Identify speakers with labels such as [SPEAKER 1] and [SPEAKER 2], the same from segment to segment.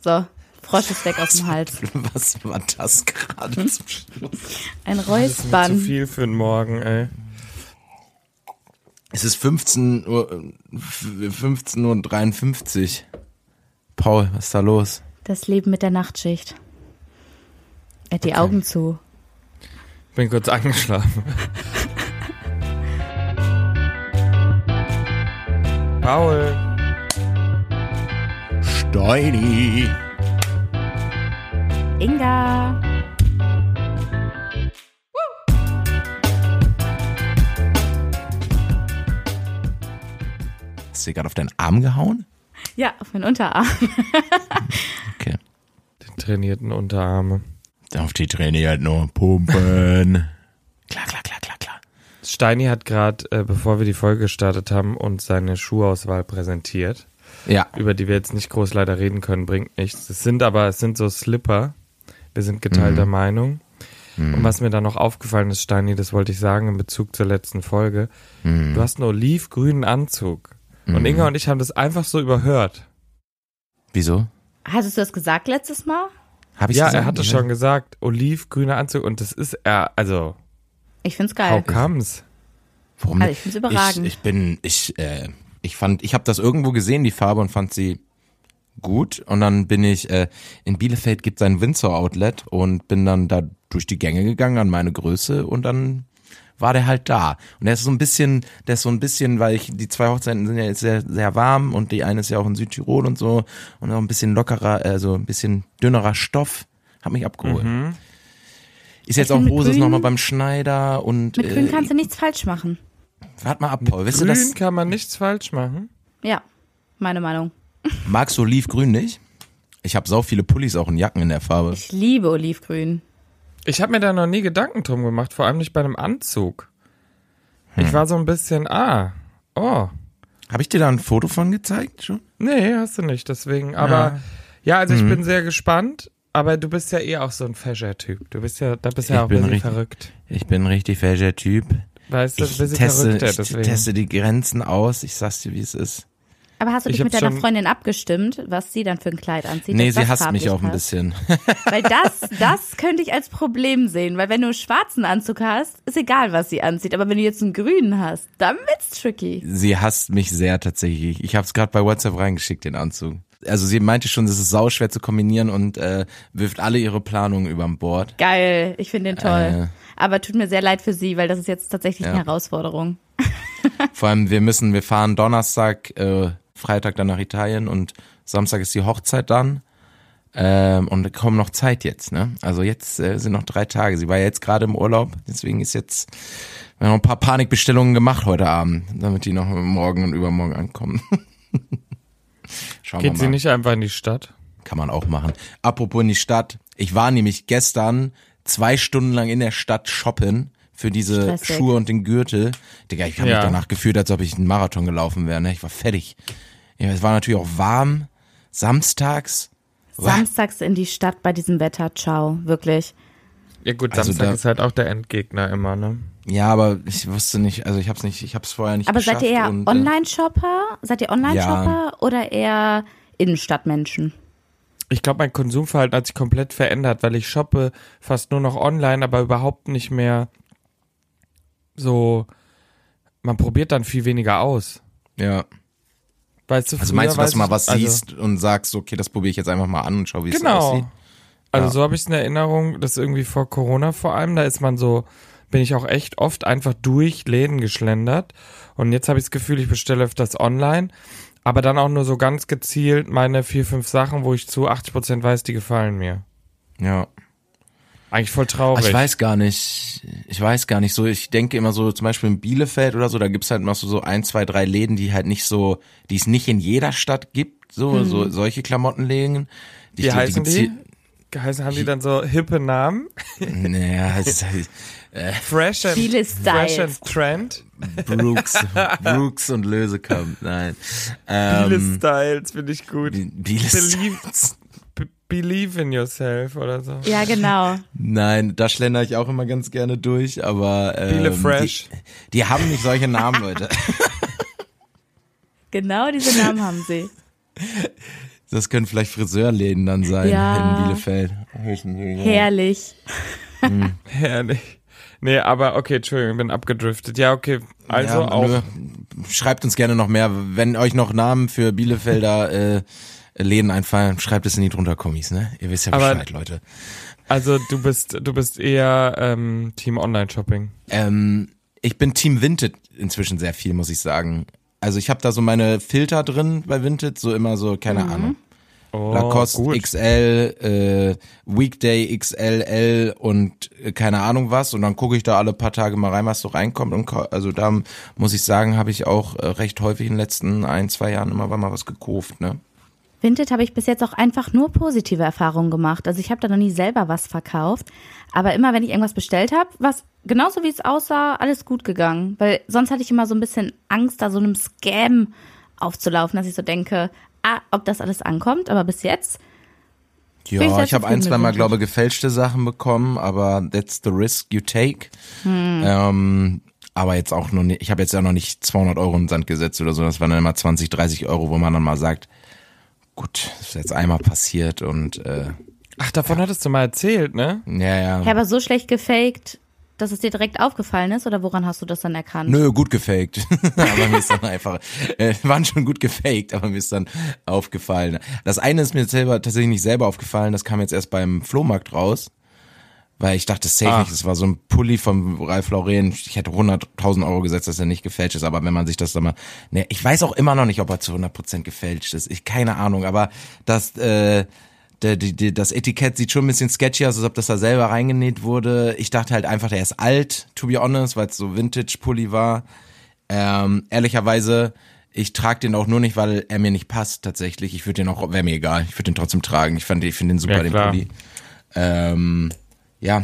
[SPEAKER 1] So, Frosch ist weg aus dem Hals.
[SPEAKER 2] Was war das gerade zum Schluss?
[SPEAKER 1] Ein
[SPEAKER 3] Das ist mir zu
[SPEAKER 1] Räuspern.
[SPEAKER 3] viel für den Morgen, ey.
[SPEAKER 2] Es ist 15 Uhr, äh, 15.53 Uhr. Paul, was ist da los?
[SPEAKER 1] Das Leben mit der Nachtschicht. Er hat die Augen zu.
[SPEAKER 3] Bin kurz angeschlafen. Paul,
[SPEAKER 2] Steini.
[SPEAKER 1] Inga.
[SPEAKER 2] Hast du dir gerade auf deinen Arm gehauen?
[SPEAKER 1] Ja, auf meinen Unterarm.
[SPEAKER 2] Okay.
[SPEAKER 3] den trainierten Unterarme.
[SPEAKER 2] Auf die trainiert nur pumpen. klar, klar, klar, klar, klar.
[SPEAKER 3] Steini hat gerade, äh, bevor wir die Folge gestartet haben, uns seine Schuhauswahl präsentiert,
[SPEAKER 2] Ja.
[SPEAKER 3] über die wir jetzt nicht groß leider reden können, bringt nichts. Es sind aber, es sind so Slipper. Wir sind geteilter
[SPEAKER 2] Mhm.
[SPEAKER 3] Meinung.
[SPEAKER 2] Hm.
[SPEAKER 3] Und was mir da noch aufgefallen ist, Steini, das wollte ich sagen in Bezug zur letzten Folge.
[SPEAKER 2] Hm. Mhm.
[SPEAKER 3] Du hast einen olivgrünen Anzug. Und Inga und ich haben das einfach so überhört.
[SPEAKER 2] Wieso?
[SPEAKER 1] Hattest du das gesagt letztes Mal?
[SPEAKER 2] Hab
[SPEAKER 3] ja, er hatte schon gesagt, olivgrüner Anzug und das ist er, also,
[SPEAKER 1] Ich find's
[SPEAKER 3] how
[SPEAKER 1] geil.
[SPEAKER 3] comes?
[SPEAKER 2] Warum?
[SPEAKER 1] Also ich find's überragend.
[SPEAKER 2] Ich, ich bin, ich, äh, ich fand, ich habe das irgendwo gesehen, die Farbe, und fand sie gut. Und dann bin ich, äh, in Bielefeld gibt es ein Windsor-Outlet und bin dann da durch die Gänge gegangen an meine Größe und dann war der halt da. Und der ist so ein bisschen, der ist so ein bisschen, weil ich, die zwei Hochzeiten sind ja jetzt sehr, sehr warm und die eine ist ja auch in Südtirol und so und auch ein bisschen lockerer, also ein bisschen dünnerer Stoff. Hat mich abgeholt. Ist jetzt
[SPEAKER 1] Ich
[SPEAKER 2] auch
[SPEAKER 1] bin mit
[SPEAKER 2] Roses
[SPEAKER 1] grün-
[SPEAKER 2] nochmal beim Schneider und
[SPEAKER 1] Mit Grün
[SPEAKER 2] äh,
[SPEAKER 1] kannst du nichts falsch machen.
[SPEAKER 2] Warte mal ab, Paul. Weißt du,
[SPEAKER 3] Grün
[SPEAKER 2] Also das
[SPEAKER 3] kann man nichts falsch machen.
[SPEAKER 1] Ja, meine Meinung.
[SPEAKER 2] magst du Olivgrün nicht? Ich habe sau viele Pullis auch und Jacken in der Farbe.
[SPEAKER 1] Ich liebe Olivgrün.
[SPEAKER 3] Ich habe mir da noch nie Gedanken drum gemacht, vor allem nicht bei einem Anzug.
[SPEAKER 2] Hm.
[SPEAKER 3] Ich war so ein bisschen, ah, oh,
[SPEAKER 2] Habe ich dir da ein Foto von gezeigt schon?
[SPEAKER 3] nee, hast du nicht, deswegen, aber, ja, also
[SPEAKER 2] Hm.
[SPEAKER 3] ich bin sehr gespannt, aber du bist ja eh auch so ein Fashion-Typ. Du bist ja, da bist
[SPEAKER 2] Ich
[SPEAKER 3] ja auch ein
[SPEAKER 2] bin
[SPEAKER 3] bisschen
[SPEAKER 2] richtig-
[SPEAKER 3] verrückt.
[SPEAKER 2] Ich bin ein richtig falscher Typ.
[SPEAKER 3] Weißt du, ein
[SPEAKER 2] Ich
[SPEAKER 3] bisschen
[SPEAKER 2] teste,
[SPEAKER 3] verrückter,
[SPEAKER 2] ich
[SPEAKER 3] deswegen.
[SPEAKER 2] teste die Grenzen aus. Ich sag's dir, wie es ist.
[SPEAKER 1] Aber hast du
[SPEAKER 3] Ich
[SPEAKER 1] dich mit
[SPEAKER 3] hab
[SPEAKER 1] deiner
[SPEAKER 3] schon-
[SPEAKER 1] Freundin abgestimmt, was sie dann für ein Kleid anzieht?
[SPEAKER 2] nee,
[SPEAKER 1] dass
[SPEAKER 2] sie
[SPEAKER 1] das
[SPEAKER 2] hasst mich
[SPEAKER 1] farblich
[SPEAKER 2] auch ein
[SPEAKER 1] passt?
[SPEAKER 2] bisschen.
[SPEAKER 1] Weil das, das könnte ich als Problem sehen, weil wenn du einen schwarzen Anzug hast, ist egal, was sie anzieht. Aber wenn du jetzt einen grünen hast, dann wird's tricky.
[SPEAKER 2] Sie hasst mich sehr tatsächlich. Ich habe es gerade bei WhatsApp reingeschickt, den Anzug. Also sie meinte schon, es ist sauschwer zu kombinieren und äh, wirft alle ihre Planungen überm Bord.
[SPEAKER 1] Geil, ich finde den toll.
[SPEAKER 2] Äh.
[SPEAKER 1] Aber tut mir sehr leid für sie, weil das ist jetzt tatsächlich eine
[SPEAKER 2] Ja.
[SPEAKER 1] Herausforderung.
[SPEAKER 2] Vor allem, wir müssen, wir fahren Donnerstag, äh, Freitag dann nach Italien und Samstag ist die Hochzeit dann. Ähm, und kaum noch Zeit jetzt, ne? Also jetzt äh, sind noch drei Tage. Sie war ja jetzt gerade im Urlaub, deswegen ist jetzt, wir haben noch ein paar Panikbestellungen gemacht heute Abend, damit die noch morgen und übermorgen ankommen. Schauen
[SPEAKER 3] Geht
[SPEAKER 2] wir
[SPEAKER 3] sie
[SPEAKER 2] mal.
[SPEAKER 3] nicht einfach in die Stadt?
[SPEAKER 2] Kann man auch machen. Apropos in die Stadt. Ich war nämlich gestern zwei Stunden lang in der Stadt shoppen für diese
[SPEAKER 1] Stressig.
[SPEAKER 2] Schuhe und den Gürtel. Digga, ich habe
[SPEAKER 3] Ja.
[SPEAKER 2] mich danach gefühlt, als ob ich einen Marathon gelaufen wäre. Ne? Ich war fertig. Ja, es war natürlich auch warm. Samstags. Uah.
[SPEAKER 1] Samstags in die Stadt bei diesem Wetter, ciao, wirklich.
[SPEAKER 3] Ja gut,
[SPEAKER 2] Also
[SPEAKER 3] Samstag
[SPEAKER 2] da-
[SPEAKER 3] ist halt auch der Endgegner immer, ne?
[SPEAKER 2] Ja, aber ich wusste nicht, also ich hab's nicht, ich hab's vorher nicht
[SPEAKER 1] Aber
[SPEAKER 2] geschafft.
[SPEAKER 1] seid ihr eher
[SPEAKER 2] und, äh,
[SPEAKER 1] Online-Shopper? Seid ihr Online-Shopper oder eher Innenstadtmenschen?
[SPEAKER 3] Ich glaube, mein Konsumverhalten hat sich komplett verändert, weil ich shoppe fast nur noch online, aber überhaupt nicht mehr so. Man probiert dann viel weniger aus.
[SPEAKER 2] Ja.
[SPEAKER 3] Weißt du,
[SPEAKER 2] Also
[SPEAKER 3] früher
[SPEAKER 2] meinst du, dass
[SPEAKER 3] weißt
[SPEAKER 2] du mal was
[SPEAKER 3] also-
[SPEAKER 2] siehst und sagst, okay, das probiere ich jetzt einfach mal an und schau, wie es aussieht?
[SPEAKER 3] Genau. Also
[SPEAKER 2] Ja.
[SPEAKER 3] so habe ich es in Erinnerung, dass irgendwie vor Corona vor allem, da ist man so, bin ich auch echt oft einfach durch Läden geschlendert. Und jetzt habe ich das Gefühl, ich bestelle öfters online, aber dann auch nur so ganz gezielt meine vier, fünf Sachen, wo ich zu 80 Prozent weiß, die gefallen mir.
[SPEAKER 2] Ja.
[SPEAKER 3] Eigentlich voll
[SPEAKER 2] Ah,
[SPEAKER 3] traurig.
[SPEAKER 2] Ich weiß gar nicht. Ich weiß gar nicht so. Ich denke immer so, zum Beispiel in Bielefeld oder so, da gibt's halt noch so, so ein, zwei, drei Läden, die halt nicht so, die es nicht in jeder Stadt gibt, so, so solche Klamottenläden. Die,
[SPEAKER 3] Hm. Wie heißen
[SPEAKER 2] gibt's
[SPEAKER 3] die? Geheißen haben die dann so hippe Namen?
[SPEAKER 2] hier- Naja, es ist halt
[SPEAKER 3] Fresh and,
[SPEAKER 1] Viele
[SPEAKER 3] Fresh
[SPEAKER 1] Styles.
[SPEAKER 3] and Trend?
[SPEAKER 2] Brooks, Brooks und Lösekamp. Nein.
[SPEAKER 3] Viele
[SPEAKER 2] Ähm,
[SPEAKER 3] Styles finde ich gut.
[SPEAKER 2] Bielefeld.
[SPEAKER 3] Believe, b- believe in yourself oder so.
[SPEAKER 2] Ähm,
[SPEAKER 1] Ja, genau.
[SPEAKER 2] Nein, da schlender ich auch immer ganz gerne durch, aber ähm,
[SPEAKER 3] Biele Fresh.
[SPEAKER 2] Die, die haben nicht solche Namen, Leute.
[SPEAKER 1] Genau diese Namen haben sie.
[SPEAKER 2] Das können vielleicht Friseurläden dann sein
[SPEAKER 1] Ja.
[SPEAKER 2] in Bielefeld.
[SPEAKER 1] Herrlich.
[SPEAKER 3] Herrlich. Nee, aber okay, Entschuldigung, ich bin abgedriftet. Ja, okay, also
[SPEAKER 2] Ja,
[SPEAKER 3] auch.
[SPEAKER 2] nö. Schreibt uns gerne noch mehr. Wenn euch noch Namen für Bielefelder äh, Läden einfallen, schreibt es in die drunter Kommis, ne? Ihr wisst ja
[SPEAKER 3] Aber-
[SPEAKER 2] Bescheid, Leute.
[SPEAKER 3] Also du bist, du bist eher ähm, Team Online-Shopping.
[SPEAKER 2] Ähm, ich bin Team Vinted inzwischen sehr viel, muss ich sagen. Also ich habe da so meine Filter drin bei Vinted, so immer so, keine
[SPEAKER 3] Mhm.
[SPEAKER 2] Ahnung.
[SPEAKER 3] Oh,
[SPEAKER 2] Lacoste
[SPEAKER 3] gut.
[SPEAKER 2] XL, äh, Weekday XLL und äh, keine Ahnung was. Und dann gucke ich da alle paar Tage mal rein, was so reinkommt. Und ko- also da muss ich sagen, habe ich auch äh, recht häufig in den letzten ein, zwei Jahren immer mal was gekauft, ne?
[SPEAKER 1] Vinted habe ich bis jetzt auch einfach nur positive Erfahrungen gemacht. Also ich habe da noch nie selber was verkauft. Aber immer, wenn ich irgendwas bestellt habe, was genauso wie es aussah, alles gut gegangen. Weil sonst hatte ich immer so ein bisschen Angst, da so einem Scam aufzulaufen, dass ich so denke, ah, ob das alles ankommt. Aber bis jetzt,
[SPEAKER 2] Ja,
[SPEAKER 1] Bin ich sehr
[SPEAKER 2] ich habe
[SPEAKER 1] zufrieden
[SPEAKER 2] ein,
[SPEAKER 1] mit
[SPEAKER 2] zwei Mal,
[SPEAKER 1] Vinted.
[SPEAKER 2] glaube gefälschte Sachen bekommen, aber that's the risk you take. Ähm, aber jetzt auch noch nicht, ich habe jetzt ja noch nicht 200 Euro in den Sand gesetzt oder so, das waren dann immer 20, 30 Euro, wo man dann mal sagt, gut, das ist jetzt einmal passiert und äh,
[SPEAKER 3] Ach, davon hattest du mal erzählt, ne?
[SPEAKER 2] ja, ja.
[SPEAKER 1] ich habe so schlecht gefaked, dass es dir direkt aufgefallen ist. Oder woran hast du das dann erkannt?
[SPEAKER 2] Nö, gut gefaked. aber mir ist dann einfach, äh, waren schon gut gefaked, aber mir ist dann aufgefallen. Das eine ist mir selber tatsächlich nicht selber aufgefallen, das kam jetzt erst beim Flohmarkt raus, weil ich dachte, safe
[SPEAKER 3] Ah.
[SPEAKER 2] nicht, das war so ein Pulli vom Ralf Lauren. Ich hätte 100.000 Euro gesetzt, dass er nicht gefälscht ist, aber wenn man sich das dann mal, ne, ich weiß auch immer noch nicht, ob er zu 100% gefälscht ist. Ich, keine Ahnung, aber das, äh, der, die, die, das Etikett sieht schon ein bisschen sketchy aus, als ob das da selber reingenäht wurde. Ich dachte halt einfach, der ist alt, to be honest, weil es so Vintage-Pulli war. Ähm, ehrlicherweise, ich trage den auch nur nicht, weil er mir nicht passt tatsächlich. Ich würde den auch, wäre mir egal, ich würde den trotzdem tragen. Ich, fand- ich finde den super,
[SPEAKER 3] Ja,
[SPEAKER 2] den
[SPEAKER 3] klar.
[SPEAKER 2] Pulli. Ähm, ja,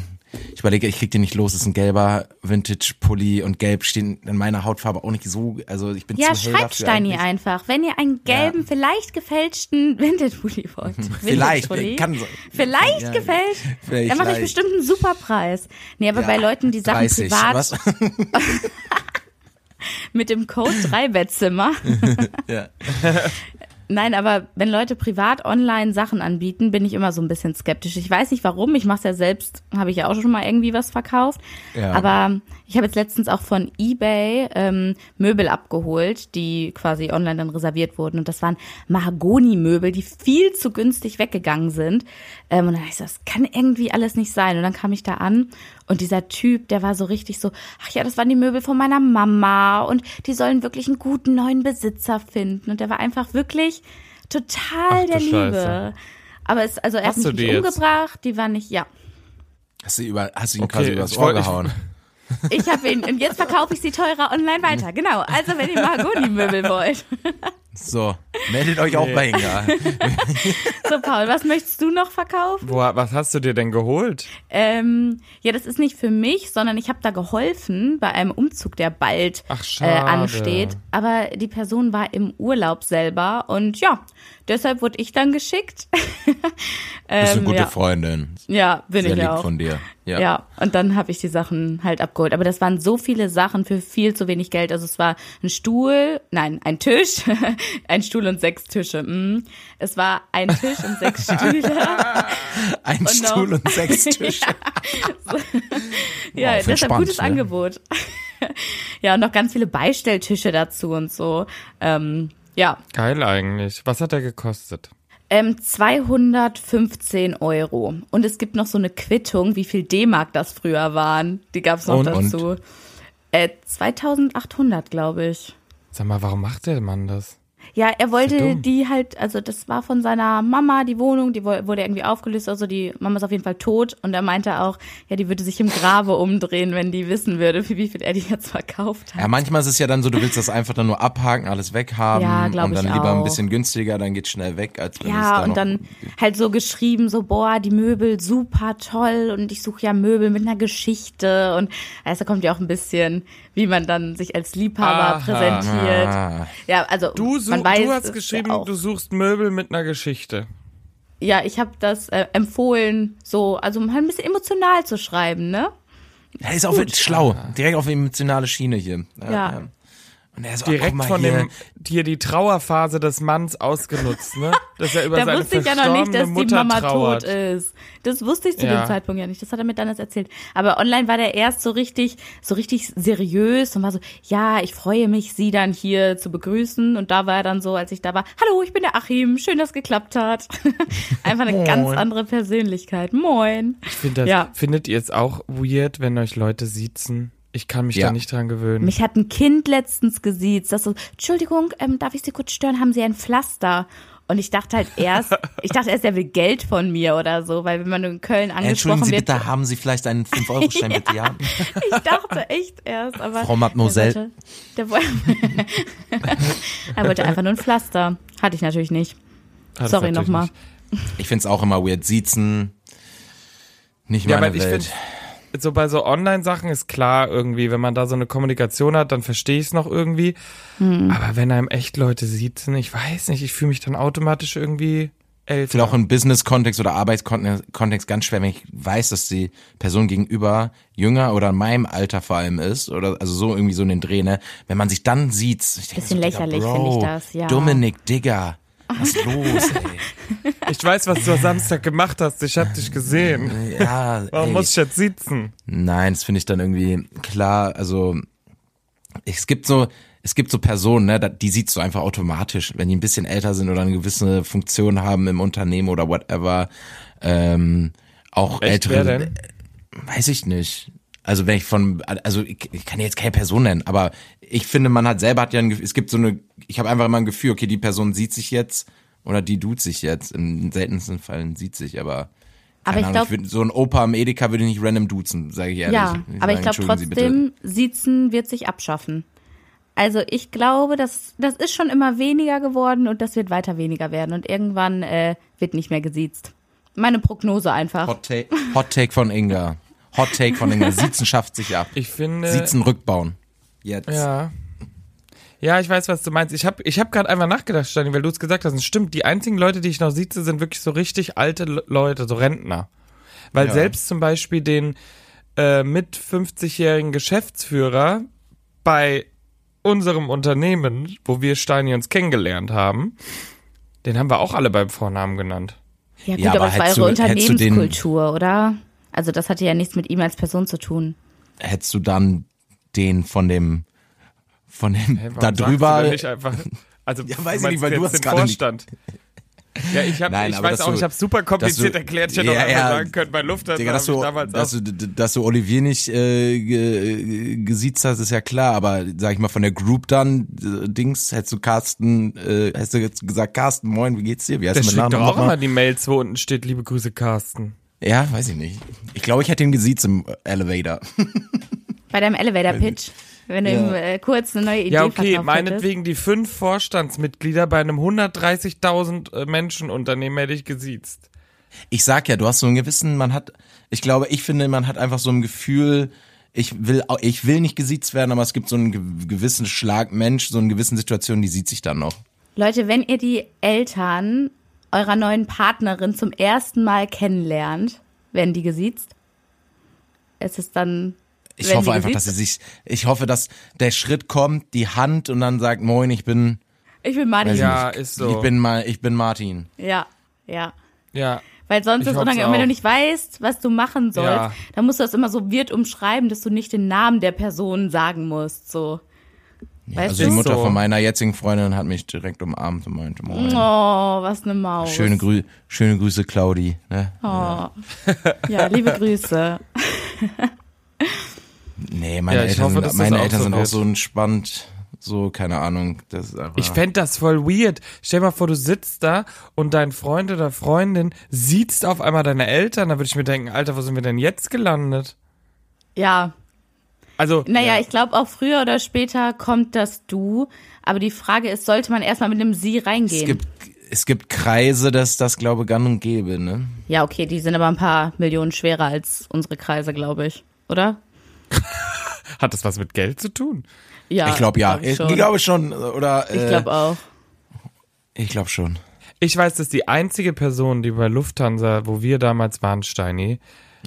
[SPEAKER 2] ich überlege, ich krieg den nicht los. Das ist ein gelber Vintage-Pulli und gelb steht in meiner Hautfarbe auch nicht so, also ich bin
[SPEAKER 1] Ja,
[SPEAKER 2] zu hell
[SPEAKER 1] schreibt
[SPEAKER 2] dafür
[SPEAKER 1] Steini
[SPEAKER 2] eigentlich.
[SPEAKER 1] einfach, wenn ihr einen gelben, vielleicht gefälschten Vintage-Pulli wollt.
[SPEAKER 2] Vielleicht, äh,
[SPEAKER 1] Vintage-Pulli.
[SPEAKER 2] kann so-
[SPEAKER 1] Vielleicht
[SPEAKER 2] Ja,
[SPEAKER 1] gefälscht.
[SPEAKER 2] vielleicht,
[SPEAKER 1] dann mache ich
[SPEAKER 2] vielleicht.
[SPEAKER 1] bestimmt einen super Preis. Nee, aber
[SPEAKER 2] Ja,
[SPEAKER 1] bei Leuten, die Sachen
[SPEAKER 2] 30,
[SPEAKER 1] privat
[SPEAKER 2] was?
[SPEAKER 1] mit dem Code 3 Bettzimmer.
[SPEAKER 2] Ja.
[SPEAKER 1] Nein, aber wenn Leute privat online Sachen anbieten, bin ich immer so ein bisschen skeptisch. Ich weiß nicht warum, ich mache es ja selbst, habe ich ja auch schon mal irgendwie was verkauft.
[SPEAKER 2] Ja.
[SPEAKER 1] Aber ich habe jetzt letztens auch von eBay ähm, Möbel abgeholt, die quasi online dann reserviert wurden. Und das waren Mahagoni-Möbel, die viel zu günstig weggegangen sind. Ähm, und dann hab ich so, das kann irgendwie alles nicht sein. Und dann kam ich da an und dieser Typ, der war so richtig so, ach ja, das waren die Möbel von meiner Mama und die sollen wirklich einen guten neuen Besitzer finden. Und der war einfach wirklich total
[SPEAKER 3] Ach, du
[SPEAKER 1] der Liebe.
[SPEAKER 3] Scheiße.
[SPEAKER 1] Aber es, also er
[SPEAKER 3] Hast
[SPEAKER 1] hat mich
[SPEAKER 3] du die
[SPEAKER 1] nicht
[SPEAKER 3] jetzt?
[SPEAKER 1] umgebracht, die war nicht, ja.
[SPEAKER 2] Hast du, über, hast du ihn
[SPEAKER 3] Okay,
[SPEAKER 2] quasi übers
[SPEAKER 3] ich
[SPEAKER 2] Ohr
[SPEAKER 3] wollt- ich-
[SPEAKER 2] gehauen?
[SPEAKER 1] Ich habe ihn und jetzt verkaufe ich sie teurer online weiter. Genau. Also wenn ihr Mahagoni-Möbel wollt.
[SPEAKER 2] So, meldet euch auch bei Inga.
[SPEAKER 1] So, Paul, was möchtest du noch verkaufen?
[SPEAKER 3] Wo, was hast du dir denn geholt?
[SPEAKER 1] Ähm, ja, das ist nicht für mich, sondern ich habe da geholfen bei einem Umzug, der bald
[SPEAKER 3] Ach,
[SPEAKER 1] äh,
[SPEAKER 3] schade.
[SPEAKER 1] ansteht. Aber die Person war im Urlaub selber und ja, deshalb wurde ich dann geschickt.
[SPEAKER 2] Bist eine
[SPEAKER 1] Ähm,
[SPEAKER 2] gute
[SPEAKER 1] ja.
[SPEAKER 2] Freundin.
[SPEAKER 1] Ja, bin
[SPEAKER 2] Sehr
[SPEAKER 1] ich
[SPEAKER 2] lieb
[SPEAKER 1] ja auch.
[SPEAKER 2] von dir. Ja.
[SPEAKER 1] Ja. und dann habe ich die Sachen halt abgeholt. Aber das waren so viele Sachen für viel zu wenig Geld. Also es war ein Stuhl, nein, ein Tisch, ein Stuhl und sechs Tische. Mm. Es war ein Tisch und sechs Stühle.
[SPEAKER 2] Ein
[SPEAKER 1] noch-
[SPEAKER 2] Stuhl und sechs Tische.
[SPEAKER 1] ja,
[SPEAKER 2] Wow,
[SPEAKER 1] deshalb
[SPEAKER 2] entspannt,
[SPEAKER 1] gutes
[SPEAKER 2] ne?
[SPEAKER 1] Angebot. ja, und noch ganz viele Beistelltische dazu und so. Ähm, ja,
[SPEAKER 3] Geil eigentlich. Was hat er gekostet?
[SPEAKER 1] ähm, 215 Euro. Und es gibt noch so eine Quittung, wie viel D-Mark das früher waren. Die gab es noch
[SPEAKER 3] Und-
[SPEAKER 1] dazu. Äh, 2800, glaube ich.
[SPEAKER 3] Sag mal, warum macht der Mann das?
[SPEAKER 1] Ja, er
[SPEAKER 3] ja
[SPEAKER 1] wollte
[SPEAKER 3] dumm.
[SPEAKER 1] die halt, also das war von seiner Mama, die Wohnung, die wo- wurde irgendwie aufgelöst, also die Mama ist auf jeden Fall tot und er meinte auch, ja, die würde sich im Grabe umdrehen, wenn die wissen würde, für wie viel er die jetzt verkauft hat.
[SPEAKER 2] Ja, manchmal ist es ja dann so, du willst das einfach dann nur abhaken, alles weghaben
[SPEAKER 1] Ja, glaub
[SPEAKER 2] und dann
[SPEAKER 1] ich
[SPEAKER 2] lieber ein
[SPEAKER 1] auch.
[SPEAKER 2] bisschen günstiger, dann geht's schnell weg, als wenn es
[SPEAKER 1] Ja,
[SPEAKER 2] da noch,
[SPEAKER 1] und dann halt so geschrieben, so, boah, die Möbel super toll und ich suche ja Möbel mit einer Geschichte und also da kommt ja auch ein bisschen, wie man dann sich als Liebhaber
[SPEAKER 3] Aha.
[SPEAKER 1] präsentiert.
[SPEAKER 2] Ah,
[SPEAKER 1] Ja, also
[SPEAKER 3] Du, such,
[SPEAKER 1] man weiß,
[SPEAKER 3] du
[SPEAKER 1] es
[SPEAKER 3] hast
[SPEAKER 1] ja
[SPEAKER 3] geschrieben,
[SPEAKER 1] auch.
[SPEAKER 3] du suchst Möbel mit einer Geschichte.
[SPEAKER 1] Ja, ich habe das äh, empfohlen, so, also halt ein bisschen emotional zu schreiben, ne?
[SPEAKER 2] ja, ist auch schlau, direkt auf emotionale Schiene hier.
[SPEAKER 1] Ja.
[SPEAKER 2] Und er so, ah, guck
[SPEAKER 3] direkt
[SPEAKER 2] mal
[SPEAKER 3] von
[SPEAKER 2] hier,
[SPEAKER 3] dem hier die Trauerphase des Manns ausgenutzt, ne? Dass er über
[SPEAKER 1] Da
[SPEAKER 3] seine
[SPEAKER 1] wusste ich ja noch nicht,
[SPEAKER 3] verstorbene
[SPEAKER 1] dass die
[SPEAKER 3] Mutter
[SPEAKER 1] Mama
[SPEAKER 3] trauert.
[SPEAKER 1] tot ist. Das wusste ich zu
[SPEAKER 3] Ja.
[SPEAKER 1] dem Zeitpunkt ja nicht. Das hat er mir dann erst erzählt. Aber online war der erst so richtig, so richtig seriös und war so, ja, ich freue mich, sie dann hier zu begrüßen. Und da war er dann so, als ich da war, hallo, ich bin der Achim, schön, dass geklappt hat. Einfach eine ganz
[SPEAKER 2] Moin.
[SPEAKER 1] andere Persönlichkeit. Moin.
[SPEAKER 3] Ich find das,
[SPEAKER 1] Ja.
[SPEAKER 3] Findet ihr es auch weird, wenn euch Leute siezen? Ich kann mich
[SPEAKER 2] Ja.
[SPEAKER 3] da nicht dran
[SPEAKER 2] Mhm.
[SPEAKER 3] gewöhnen.
[SPEAKER 1] Mich hat ein Kind letztens gesiezt, das so, Entschuldigung, ähm, darf ich Sie kurz stören? Haben Sie ein Pflaster? Und ich dachte halt erst, ich dachte erst, er will Geld von mir oder so, weil wenn man in Köln
[SPEAKER 2] Äh, Entschuldigen
[SPEAKER 1] angesprochen
[SPEAKER 2] Sie
[SPEAKER 1] wird,
[SPEAKER 2] bitte, haben Sie vielleicht einen 5-Euro-Schein bitte, ja?
[SPEAKER 1] Ich dachte echt erst, aber.
[SPEAKER 2] Frau Mademoiselle.
[SPEAKER 1] Der wollte, der wollte, er wollte einfach nur ein Pflaster. Hatte ich natürlich nicht.
[SPEAKER 3] Hat es
[SPEAKER 1] Sorry
[SPEAKER 3] Ah, natürlich
[SPEAKER 1] nochmal.
[SPEAKER 3] nicht.
[SPEAKER 2] Ich find's auch immer weird. Siezen, nicht
[SPEAKER 3] Ja,
[SPEAKER 2] meine
[SPEAKER 3] aber ich
[SPEAKER 2] Welt.
[SPEAKER 3] finde, so bei so Online-Sachen ist klar irgendwie, wenn man da so eine Kommunikation hat, dann verstehe ich es noch irgendwie.
[SPEAKER 1] Hm.
[SPEAKER 3] Aber wenn einem echt Leute siezen, ich weiß nicht, ich fühle mich dann automatisch irgendwie
[SPEAKER 2] Ich finde auch
[SPEAKER 3] älter.
[SPEAKER 2] im Business-Kontext oder Arbeitskontext ganz schwer, wenn ich weiß, dass die Person gegenüber jünger oder in meinem Alter vor allem ist oder also so irgendwie so in den Dreh, ne? Wenn man sich dann sieht, ich denke,
[SPEAKER 1] Bisschen
[SPEAKER 2] so, Digga,
[SPEAKER 1] lächerlich
[SPEAKER 2] Bro,
[SPEAKER 1] finde ich das, ja.
[SPEAKER 2] Dominik, Digga, was ist los, ey?
[SPEAKER 3] Ich weiß, was du am Samstag gemacht hast, ich habe dich gesehen.
[SPEAKER 2] Ja,
[SPEAKER 3] Warum
[SPEAKER 2] ey.
[SPEAKER 3] muss ich jetzt siezen?
[SPEAKER 2] Nein, das finde ich dann irgendwie klar. Also es gibt so, es gibt so Personen, ne, da- die siehst du einfach automatisch, wenn die ein bisschen älter sind oder eine gewisse Funktion haben im Unternehmen oder whatever. Ähm, auch
[SPEAKER 3] Echt,
[SPEAKER 2] ältere.
[SPEAKER 3] wer denn?
[SPEAKER 2] Weiß ich nicht. Also wenn ich von, also ich, ich kann jetzt keine Person nennen, aber ich finde, man hat selber hat ja ein, Gef- es gibt so eine, ich habe einfach immer ein Gefühl, okay, die Person sieht sich jetzt oder die tut sich jetzt. Im seltensten Fällen sieht sich, aber
[SPEAKER 1] Aber ich
[SPEAKER 2] Ahnung,
[SPEAKER 1] glaube,
[SPEAKER 2] würd- so ein Opa am Edeka würde ich nicht random duzen, sage ich ehrlich.
[SPEAKER 1] ja,
[SPEAKER 2] Ich
[SPEAKER 1] aber ich
[SPEAKER 2] sag,
[SPEAKER 1] glaube
[SPEAKER 2] entschuldigen Sie bitte.
[SPEAKER 1] trotzdem, Siezen wird sich abschaffen. Also ich glaube, das, das ist schon immer weniger geworden und das wird weiter weniger werden. Und irgendwann äh, wird nicht mehr gesiezt. Meine Prognose einfach.
[SPEAKER 2] Hot Take, Hot Take von Inga. Hot Take von Inga. Siezen schafft sich ab.
[SPEAKER 3] Ich finde.
[SPEAKER 2] Siezen rückbauen. Jetzt.
[SPEAKER 3] Ja. Ja, ich weiß, was du meinst. Ich habe ich hab gerade einfach nachgedacht, Stani, weil du es gesagt hast. Und stimmt, die einzigen Leute, die ich noch sieze, sind wirklich so richtig alte Le- Leute, so Rentner. Weil
[SPEAKER 2] Ja.
[SPEAKER 3] selbst zum Beispiel den äh, mit 50-jährigen Geschäftsführer bei unserem Unternehmen, wo wir Steini uns kennengelernt haben, den haben wir auch alle beim Vornamen genannt.
[SPEAKER 1] Ja gut,
[SPEAKER 2] Ja, aber
[SPEAKER 1] aber es war
[SPEAKER 2] hättest
[SPEAKER 1] eure
[SPEAKER 2] du- hättest du den-
[SPEAKER 1] Unternehmenskultur, oder? Also das hatte ja nichts mit ihm als Person zu tun.
[SPEAKER 2] Hättest du dann den von dem, von dem,
[SPEAKER 3] Hey, warum
[SPEAKER 2] da
[SPEAKER 3] sagst du denn
[SPEAKER 2] drüber.
[SPEAKER 3] Nicht einfach, also ja,
[SPEAKER 2] weiß ich nicht, weil du hast
[SPEAKER 3] den
[SPEAKER 2] gerade nicht-
[SPEAKER 3] Vorstand. Ja, ich, hab,
[SPEAKER 2] Nein,
[SPEAKER 3] ich
[SPEAKER 2] aber
[SPEAKER 3] weiß
[SPEAKER 2] dass
[SPEAKER 3] auch,
[SPEAKER 2] du-
[SPEAKER 3] ich habe super kompliziert
[SPEAKER 2] dass du-
[SPEAKER 3] erklärt, ich hätte
[SPEAKER 2] Ja,
[SPEAKER 3] auch einfach
[SPEAKER 2] ja.
[SPEAKER 3] sagen können, bei Lufthansa
[SPEAKER 2] Digga,
[SPEAKER 3] hab
[SPEAKER 2] dass
[SPEAKER 3] ich
[SPEAKER 2] du,
[SPEAKER 3] damals
[SPEAKER 2] dass,
[SPEAKER 3] auch,
[SPEAKER 2] du, dass du Olivier nicht äh, ge, ge- gesiezt hast, ist ja klar, aber sag ich mal, von der Group dann, äh, Dings, hättest du Carsten, äh, hättest du jetzt gesagt, Carsten, moin, wie geht's dir? Wie heißt
[SPEAKER 3] der
[SPEAKER 2] du mit
[SPEAKER 3] schickt doch
[SPEAKER 2] Nachnamen
[SPEAKER 3] auch
[SPEAKER 2] nochmal?
[SPEAKER 3] immer die Mails, wo unten steht, liebe Grüße Carsten.
[SPEAKER 2] Ja, weiß ich nicht. Ich glaube, ich hätte ihn gesiezt im Elevator.
[SPEAKER 1] Bei deinem Elevator-Pitch, wenn du
[SPEAKER 2] Ja.
[SPEAKER 1] ihm äh, kurz eine neue Idee
[SPEAKER 3] Ja, okay,
[SPEAKER 1] verkauft hättest.
[SPEAKER 3] meinetwegen die fünf Vorstandsmitglieder bei einem 130.000 Menschen Unternehmen hätte ich gesiezt.
[SPEAKER 2] Ich sag ja, du hast so einen gewissen, man hat, ich glaube, ich finde, man hat einfach so ein Gefühl, ich will, au- ich will nicht gesiezt werden, aber es gibt so einen ge- gewissen Schlag Mensch, so einen gewissen Situation, die sieht sich dann noch.
[SPEAKER 1] Leute, wenn ihr die Eltern eurer neuen Partnerin zum ersten Mal kennenlernt, werden die gesiezt? Es ist dann.
[SPEAKER 2] Ich
[SPEAKER 1] werden
[SPEAKER 2] hoffe
[SPEAKER 1] die
[SPEAKER 2] einfach, dass
[SPEAKER 1] gesiezt?
[SPEAKER 2] sie sich, ich hoffe, dass der Schritt kommt, die Hand und dann sagt, moin, ich bin,
[SPEAKER 1] Ich will Martin.
[SPEAKER 2] weiß
[SPEAKER 1] Ja.
[SPEAKER 3] Ja,
[SPEAKER 2] nicht,
[SPEAKER 3] ist
[SPEAKER 2] ich
[SPEAKER 3] so.
[SPEAKER 2] bin mal, ich bin Martin.
[SPEAKER 1] ja,
[SPEAKER 3] Ja,
[SPEAKER 1] Weil sonst
[SPEAKER 3] Ich
[SPEAKER 1] ist
[SPEAKER 3] hoff's
[SPEAKER 1] unangenehm. Wenn
[SPEAKER 3] auch.
[SPEAKER 1] du nicht weißt, was du machen sollst,
[SPEAKER 3] Ja.
[SPEAKER 1] dann musst du das immer so wird umschreiben, dass du nicht den Namen der Person sagen musst. So. weißt
[SPEAKER 2] Also die
[SPEAKER 1] du?
[SPEAKER 2] Mutter
[SPEAKER 3] so.
[SPEAKER 2] von meiner jetzigen Freundin hat mich direkt umarmt und meinte, moin.
[SPEAKER 1] Oh, was eine Maus.
[SPEAKER 2] Schöne, Grü schöne Grüße, Claudi. Ne?
[SPEAKER 1] Oh. Ja, liebe Grüße.
[SPEAKER 2] Nee, meine
[SPEAKER 3] Ja, ich
[SPEAKER 2] Eltern,
[SPEAKER 3] hoffe, dass
[SPEAKER 2] sind,
[SPEAKER 3] das
[SPEAKER 2] meine
[SPEAKER 3] auch
[SPEAKER 2] Eltern
[SPEAKER 3] so
[SPEAKER 2] sind auch
[SPEAKER 3] wird.
[SPEAKER 2] so entspannt, so, keine Ahnung. Das ist einfach,
[SPEAKER 3] Ich fänd das voll weird. Stell dir mal vor, du sitzt da und dein Freund oder Freundin sieht auf einmal deine Eltern. Da würde ich mir denken, Alter, wo sind wir denn jetzt gelandet?
[SPEAKER 1] Ja,
[SPEAKER 3] Also,
[SPEAKER 1] Naja, ich glaube auch früher oder später kommt das Du. Aber die Frage ist, sollte man erstmal mit einem Sie reingehen?
[SPEAKER 2] es gibt, es gibt Kreise, dass das, glaube gang und gäbe, ne?
[SPEAKER 1] ja, okay, die sind aber ein paar Millionen schwerer als unsere Kreise, glaube ich. Oder?
[SPEAKER 3] hat das was mit Geld zu tun?
[SPEAKER 1] Ja.
[SPEAKER 2] ich glaube ja. Ich,
[SPEAKER 1] schon.
[SPEAKER 2] glaube schon, oder? Äh,
[SPEAKER 1] ich glaube auch.
[SPEAKER 2] Ich glaube schon.
[SPEAKER 3] Ich weiß, dass die einzige Person, die bei
[SPEAKER 2] Mhm.
[SPEAKER 3] Lufthansa, wo wir damals waren, Steini,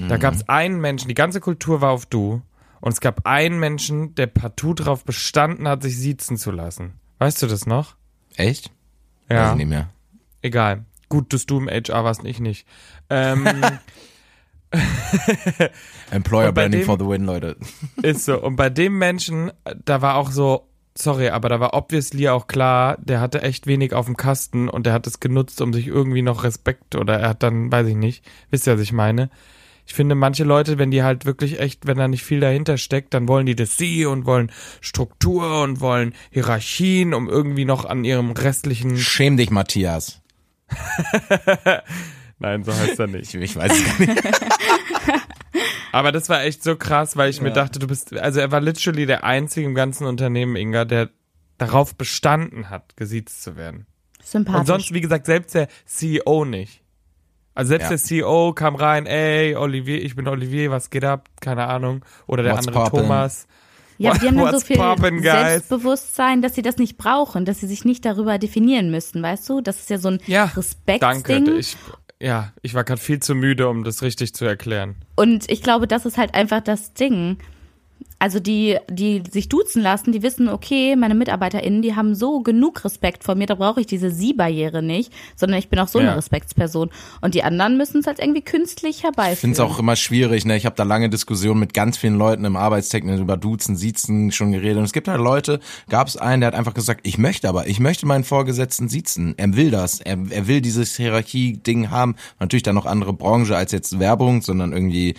[SPEAKER 3] da gab es einen Menschen, die ganze Kultur war auf du. Und es gab einen Menschen, der partout drauf bestanden hat, sich siezen zu lassen. Weißt du das noch?
[SPEAKER 2] Echt? Weiß
[SPEAKER 3] Ja.
[SPEAKER 2] ich nicht mehr.
[SPEAKER 3] Egal. Gut, dass du im HR warst, ich nicht. Ähm,
[SPEAKER 2] Employer
[SPEAKER 3] Und bei
[SPEAKER 2] Branding
[SPEAKER 3] dem-
[SPEAKER 2] for the win, Leute.
[SPEAKER 3] Ist so. Und bei dem Menschen, da war auch so, sorry, aber da war obviously auch klar, der hatte echt wenig auf dem Kasten und der hat es genutzt, um sich irgendwie noch Respekt oder er hat dann, weiß ich nicht, wisst ihr, was ich meine? Ich finde, manche Leute, wenn die halt wirklich echt, wenn da nicht viel dahinter steckt, dann wollen die das sie und wollen Struktur und wollen Hierarchien, um irgendwie noch an ihrem restlichen.
[SPEAKER 2] Schäm dich, Matthias.
[SPEAKER 3] Nein, so heißt er nicht.
[SPEAKER 2] Ich, ich weiß es gar nicht.
[SPEAKER 3] Aber das war echt so krass, weil ich mir dachte, du bist, also er war literally der einzige im ganzen Unternehmen, Inga, der darauf bestanden hat, gesiezt zu werden.
[SPEAKER 1] Sympathisch.
[SPEAKER 3] Und sonst, wie gesagt, selbst der CEO nicht. Also selbst
[SPEAKER 2] Ja.
[SPEAKER 3] der CEO kam rein, ey, Olivier, ich bin Olivier, was geht ab? Keine Ahnung. Oder der
[SPEAKER 2] What's
[SPEAKER 3] andere
[SPEAKER 2] poppin'?
[SPEAKER 3] Thomas.
[SPEAKER 1] ja, aber die haben dann so
[SPEAKER 3] What's
[SPEAKER 1] viel
[SPEAKER 3] poppin', guys?
[SPEAKER 1] Selbstbewusstsein, dass sie das nicht brauchen, dass sie sich nicht darüber definieren müssen, weißt du? Das ist ja so ein
[SPEAKER 3] Ja, danke.
[SPEAKER 1] Respektding.
[SPEAKER 3] Ich, ja, ich war gerade viel zu müde, um das richtig zu erklären.
[SPEAKER 1] Und ich glaube, das ist halt einfach das Ding. Also die, die sich duzen lassen, die wissen, okay, meine MitarbeiterInnen, die haben so genug Respekt vor mir, da brauche ich diese Sie-Barriere nicht, sondern ich bin auch so
[SPEAKER 3] Ja.
[SPEAKER 1] eine Respektsperson. Und die anderen müssen es halt irgendwie künstlich
[SPEAKER 2] Ich finde
[SPEAKER 1] herbeiführen.
[SPEAKER 2] es auch immer schwierig. Ne? Ich habe da lange Diskussionen mit ganz vielen Leuten im Arbeitstechnik über Duzen, Siezen schon geredet. Und es gibt halt Leute, gab es einen, der hat einfach gesagt, ich möchte aber, ich möchte meinen Vorgesetzten siezen. Er will das, er, er will dieses Hierarchie-Ding haben. Natürlich dann noch andere Branche als jetzt Werbung, sondern irgendwie,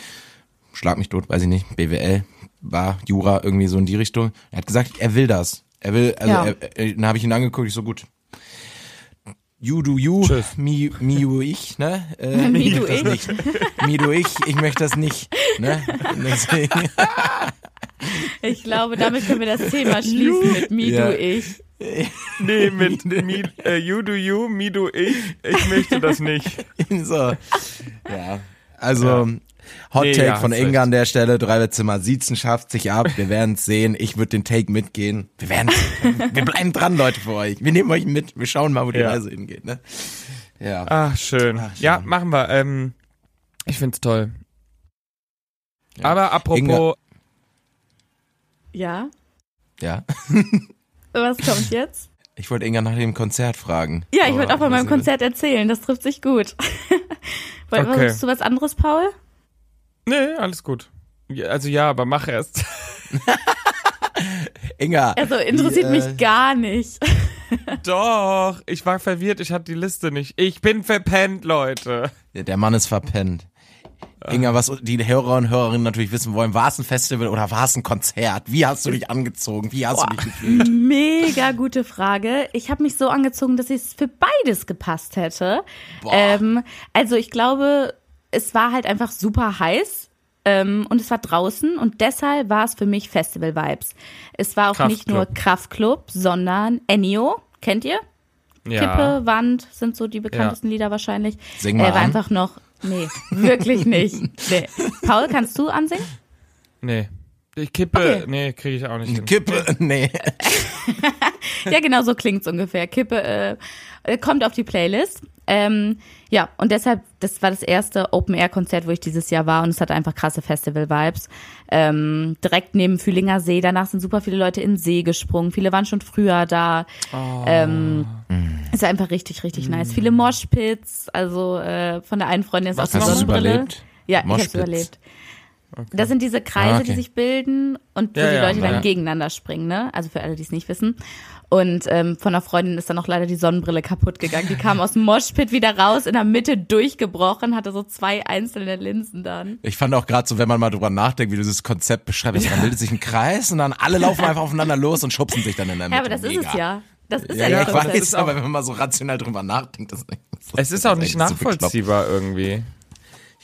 [SPEAKER 2] schlag mich tot, weiß ich nicht, BWL, war Jura, irgendwie so in die Richtung. Er hat gesagt, er will das. Er will, also
[SPEAKER 1] Ja.
[SPEAKER 2] er, er, dann habe ich ihn angeguckt, ich so gut. You do you,
[SPEAKER 3] Tschüss.
[SPEAKER 2] me, me you ich, ne? Äh,
[SPEAKER 1] Me
[SPEAKER 2] ich
[SPEAKER 1] do
[SPEAKER 2] möchte das
[SPEAKER 1] ich.
[SPEAKER 2] nicht. Me du ich, ich möchte das nicht. Ne? Deswegen,
[SPEAKER 1] Ich glaube, damit können wir das Thema schließen mit Me,
[SPEAKER 2] Ja.
[SPEAKER 1] Du, Ich.
[SPEAKER 3] Nee, mit me, äh, you do you, me do ich. Ich möchte das nicht.
[SPEAKER 2] so. Ja. Also, Hot
[SPEAKER 3] Nee,
[SPEAKER 2] Take
[SPEAKER 3] ja,
[SPEAKER 2] von
[SPEAKER 3] hast
[SPEAKER 2] Inga
[SPEAKER 3] recht.
[SPEAKER 2] an der Stelle, Dreierzimmer Siezen schafft sich ab, wir werden es sehen, ich würde den Take mitgehen. Wir werden wir bleiben dran, Leute, für euch. Wir nehmen euch mit, wir schauen mal, wo die
[SPEAKER 3] Ja. Ah.
[SPEAKER 2] Reise hingeht, ne? Ja.
[SPEAKER 3] Ach, schön.
[SPEAKER 2] Ach, Ah, schön.
[SPEAKER 3] Ja, machen wir. Ähm, ich find's toll.
[SPEAKER 2] Ja.
[SPEAKER 3] Aber apropos,
[SPEAKER 2] Inga-
[SPEAKER 1] Ja?
[SPEAKER 2] Ja.
[SPEAKER 1] Was kommt jetzt?
[SPEAKER 2] Ich wollte Inga nach dem Konzert fragen.
[SPEAKER 1] Ja, ich wollte auch
[SPEAKER 2] Aber
[SPEAKER 1] von meinem
[SPEAKER 2] das-
[SPEAKER 1] Konzert erzählen, das trifft sich gut. Woll-
[SPEAKER 3] Okay.
[SPEAKER 1] Wolltest du was anderes, Paul?
[SPEAKER 3] nee, alles gut. Ja, Also ja, aber mach erst.
[SPEAKER 2] Inga.
[SPEAKER 1] Also interessiert
[SPEAKER 2] die, äh,
[SPEAKER 1] mich gar nicht.
[SPEAKER 3] Doch, ich war verwirrt, ich hatte die Liste nicht. Ich bin verpennt, Leute.
[SPEAKER 2] Der Mann ist verpennt. Inga, was die Hörer und Hörerinnen natürlich wissen wollen, war es ein Festival oder war es ein Konzert? Wie hast du dich angezogen? Wie hast du dich gefühlt?
[SPEAKER 1] Mega gute Frage. Ich habe mich so angezogen, dass es für beides gepasst hätte.
[SPEAKER 2] Boah.
[SPEAKER 1] Ähm, also ich glaube, es war halt einfach super heiß. Ähm, und es war draußen und deshalb war es für mich Festival Vibes. Es war auch nicht nur
[SPEAKER 3] Kraftclub.
[SPEAKER 1] Kraftclub, sondern Ennio. Kennt ihr? Kippe, Wand sind so die bekanntesten Lieder wahrscheinlich.
[SPEAKER 2] Sing mal
[SPEAKER 1] er war
[SPEAKER 2] an.
[SPEAKER 1] einfach noch. Nee, wirklich nicht. Nee. Paul, kannst du ansingen?
[SPEAKER 3] Nee. Ich kippe,
[SPEAKER 1] Okay.
[SPEAKER 3] nee, kriege ich auch nicht hin.
[SPEAKER 2] Kippe, nee.
[SPEAKER 1] Ja, genau so klingt's ungefähr. Kippe äh, äh, kommt auf die Playlist. Ähm, ja, und deshalb, das war das erste Open-Air-Konzert, wo ich dieses Jahr war und es hatte einfach krasse Festival-Vibes. Ähm, direkt neben Fühlinger See, danach sind super viele Leute in den See gesprungen, viele waren schon früher da. Ähm, es war einfach richtig, richtig nice. Viele Moshpits, also äh, von der einen Freundin ist
[SPEAKER 3] Was,
[SPEAKER 1] auch eine
[SPEAKER 3] hast du's
[SPEAKER 1] Sonnenbrille.
[SPEAKER 2] überlebt?
[SPEAKER 1] Ja, ich hab's
[SPEAKER 2] Moshpits?
[SPEAKER 1] überlebt. Das sind diese Kreise,
[SPEAKER 2] Ah, okay.
[SPEAKER 1] die sich bilden und wo
[SPEAKER 3] Ja,
[SPEAKER 1] die
[SPEAKER 3] ja,
[SPEAKER 1] Leute
[SPEAKER 3] na
[SPEAKER 1] dann
[SPEAKER 3] ja.
[SPEAKER 1] gegeneinander springen, ne? Also für alle, die es nicht wissen. Und ähm, von einer Freundin ist dann auch leider die Sonnenbrille kaputt gegangen. Die kam aus dem Moshpit wieder raus, in der Mitte durchgebrochen, hatte so zwei einzelne Linsen dann.
[SPEAKER 2] Ich fand auch gerade so, wenn man mal drüber nachdenkt, wie du dieses Konzept beschreibst, dann bildet sich ein Kreis und dann alle laufen einfach aufeinander los und schubsen sich dann in der Mitte.
[SPEAKER 1] Ja, aber das ist es
[SPEAKER 2] Mega.
[SPEAKER 1] ja. Das ist
[SPEAKER 2] Ja,
[SPEAKER 1] ja,
[SPEAKER 2] ja, ich
[SPEAKER 1] das Konzept.
[SPEAKER 2] weiß, aber wenn man mal so rational drüber nachdenkt, das,
[SPEAKER 3] Es ist auch
[SPEAKER 2] eigentlich
[SPEAKER 3] nicht
[SPEAKER 2] so bekloppt.
[SPEAKER 3] nachvollziehbar irgendwie.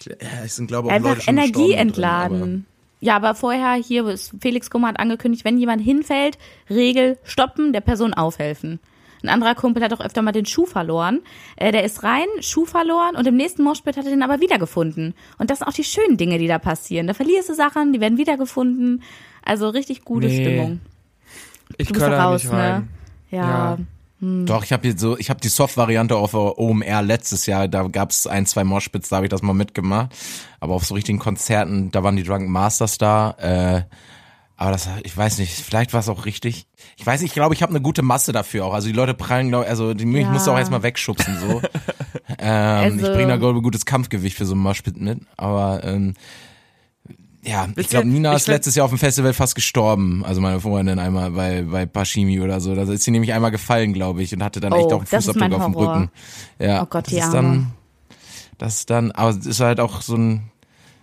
[SPEAKER 2] Ja, es sind, glaube ich, auch Leute
[SPEAKER 1] Einfach
[SPEAKER 2] schon
[SPEAKER 1] Energie
[SPEAKER 2] gestorben drin,
[SPEAKER 1] entladen.
[SPEAKER 2] aber-
[SPEAKER 1] ja, aber vorher hier, ist- Felix Gummer hat angekündigt, wenn jemand hinfällt, Regel stoppen, der Person aufhelfen. Ein anderer Kumpel hat auch öfter mal den Schuh verloren. Äh, der ist rein, Schuh verloren und im nächsten Moshpit hat er den aber wiedergefunden. Und das sind auch die schönen Dinge, die da passieren. Da verlierst du Sachen, die werden wiedergefunden. Also richtig gute
[SPEAKER 3] Nee.
[SPEAKER 1] Stimmung.
[SPEAKER 3] Ich
[SPEAKER 1] Du bist
[SPEAKER 3] kann
[SPEAKER 1] da
[SPEAKER 3] da
[SPEAKER 1] raus,
[SPEAKER 3] nicht
[SPEAKER 1] ne?
[SPEAKER 3] rein.
[SPEAKER 1] Ja.
[SPEAKER 3] Ja.
[SPEAKER 2] Doch, ich habe hier so, ich habe die Soft-Variante auf der OMR letztes Jahr, da gab's ein, zwei Moshpits, da habe ich das mal mitgemacht. Aber auf so richtigen Konzerten, da waren die Drunken Masters da. Äh, aber das, ich weiß nicht, vielleicht war es auch richtig. Ich weiß nicht, ich glaube, ich habe eine gute Masse dafür auch. Also die Leute prallen, glaub, also die, ich
[SPEAKER 1] Ja.
[SPEAKER 2] musste auch erstmal wegschubsen so. ähm, ich
[SPEAKER 1] Also-
[SPEAKER 2] bringe da glaube ich, gutes Kampfgewicht für so einen Moshpit mit. Aber ähm, ja, ich
[SPEAKER 3] Wisst
[SPEAKER 2] glaube,
[SPEAKER 3] ihr,
[SPEAKER 2] Nina
[SPEAKER 3] ich
[SPEAKER 2] ist
[SPEAKER 3] find-
[SPEAKER 2] letztes Jahr auf dem Festival fast gestorben. Also meine Freundin einmal bei, bei Pashimi oder so. Da ist sie nämlich einmal gefallen, glaube ich, und hatte dann echt
[SPEAKER 1] Oh,
[SPEAKER 2] auch einen
[SPEAKER 1] das ist
[SPEAKER 2] Fußabdruck
[SPEAKER 1] mein
[SPEAKER 2] auf dem
[SPEAKER 1] Horror.
[SPEAKER 2] Rücken. Ja,
[SPEAKER 1] Oh Gott,
[SPEAKER 2] das
[SPEAKER 1] die
[SPEAKER 2] ist
[SPEAKER 1] Arme.
[SPEAKER 2] dann, das ist dann, aber es ist halt auch so, ein,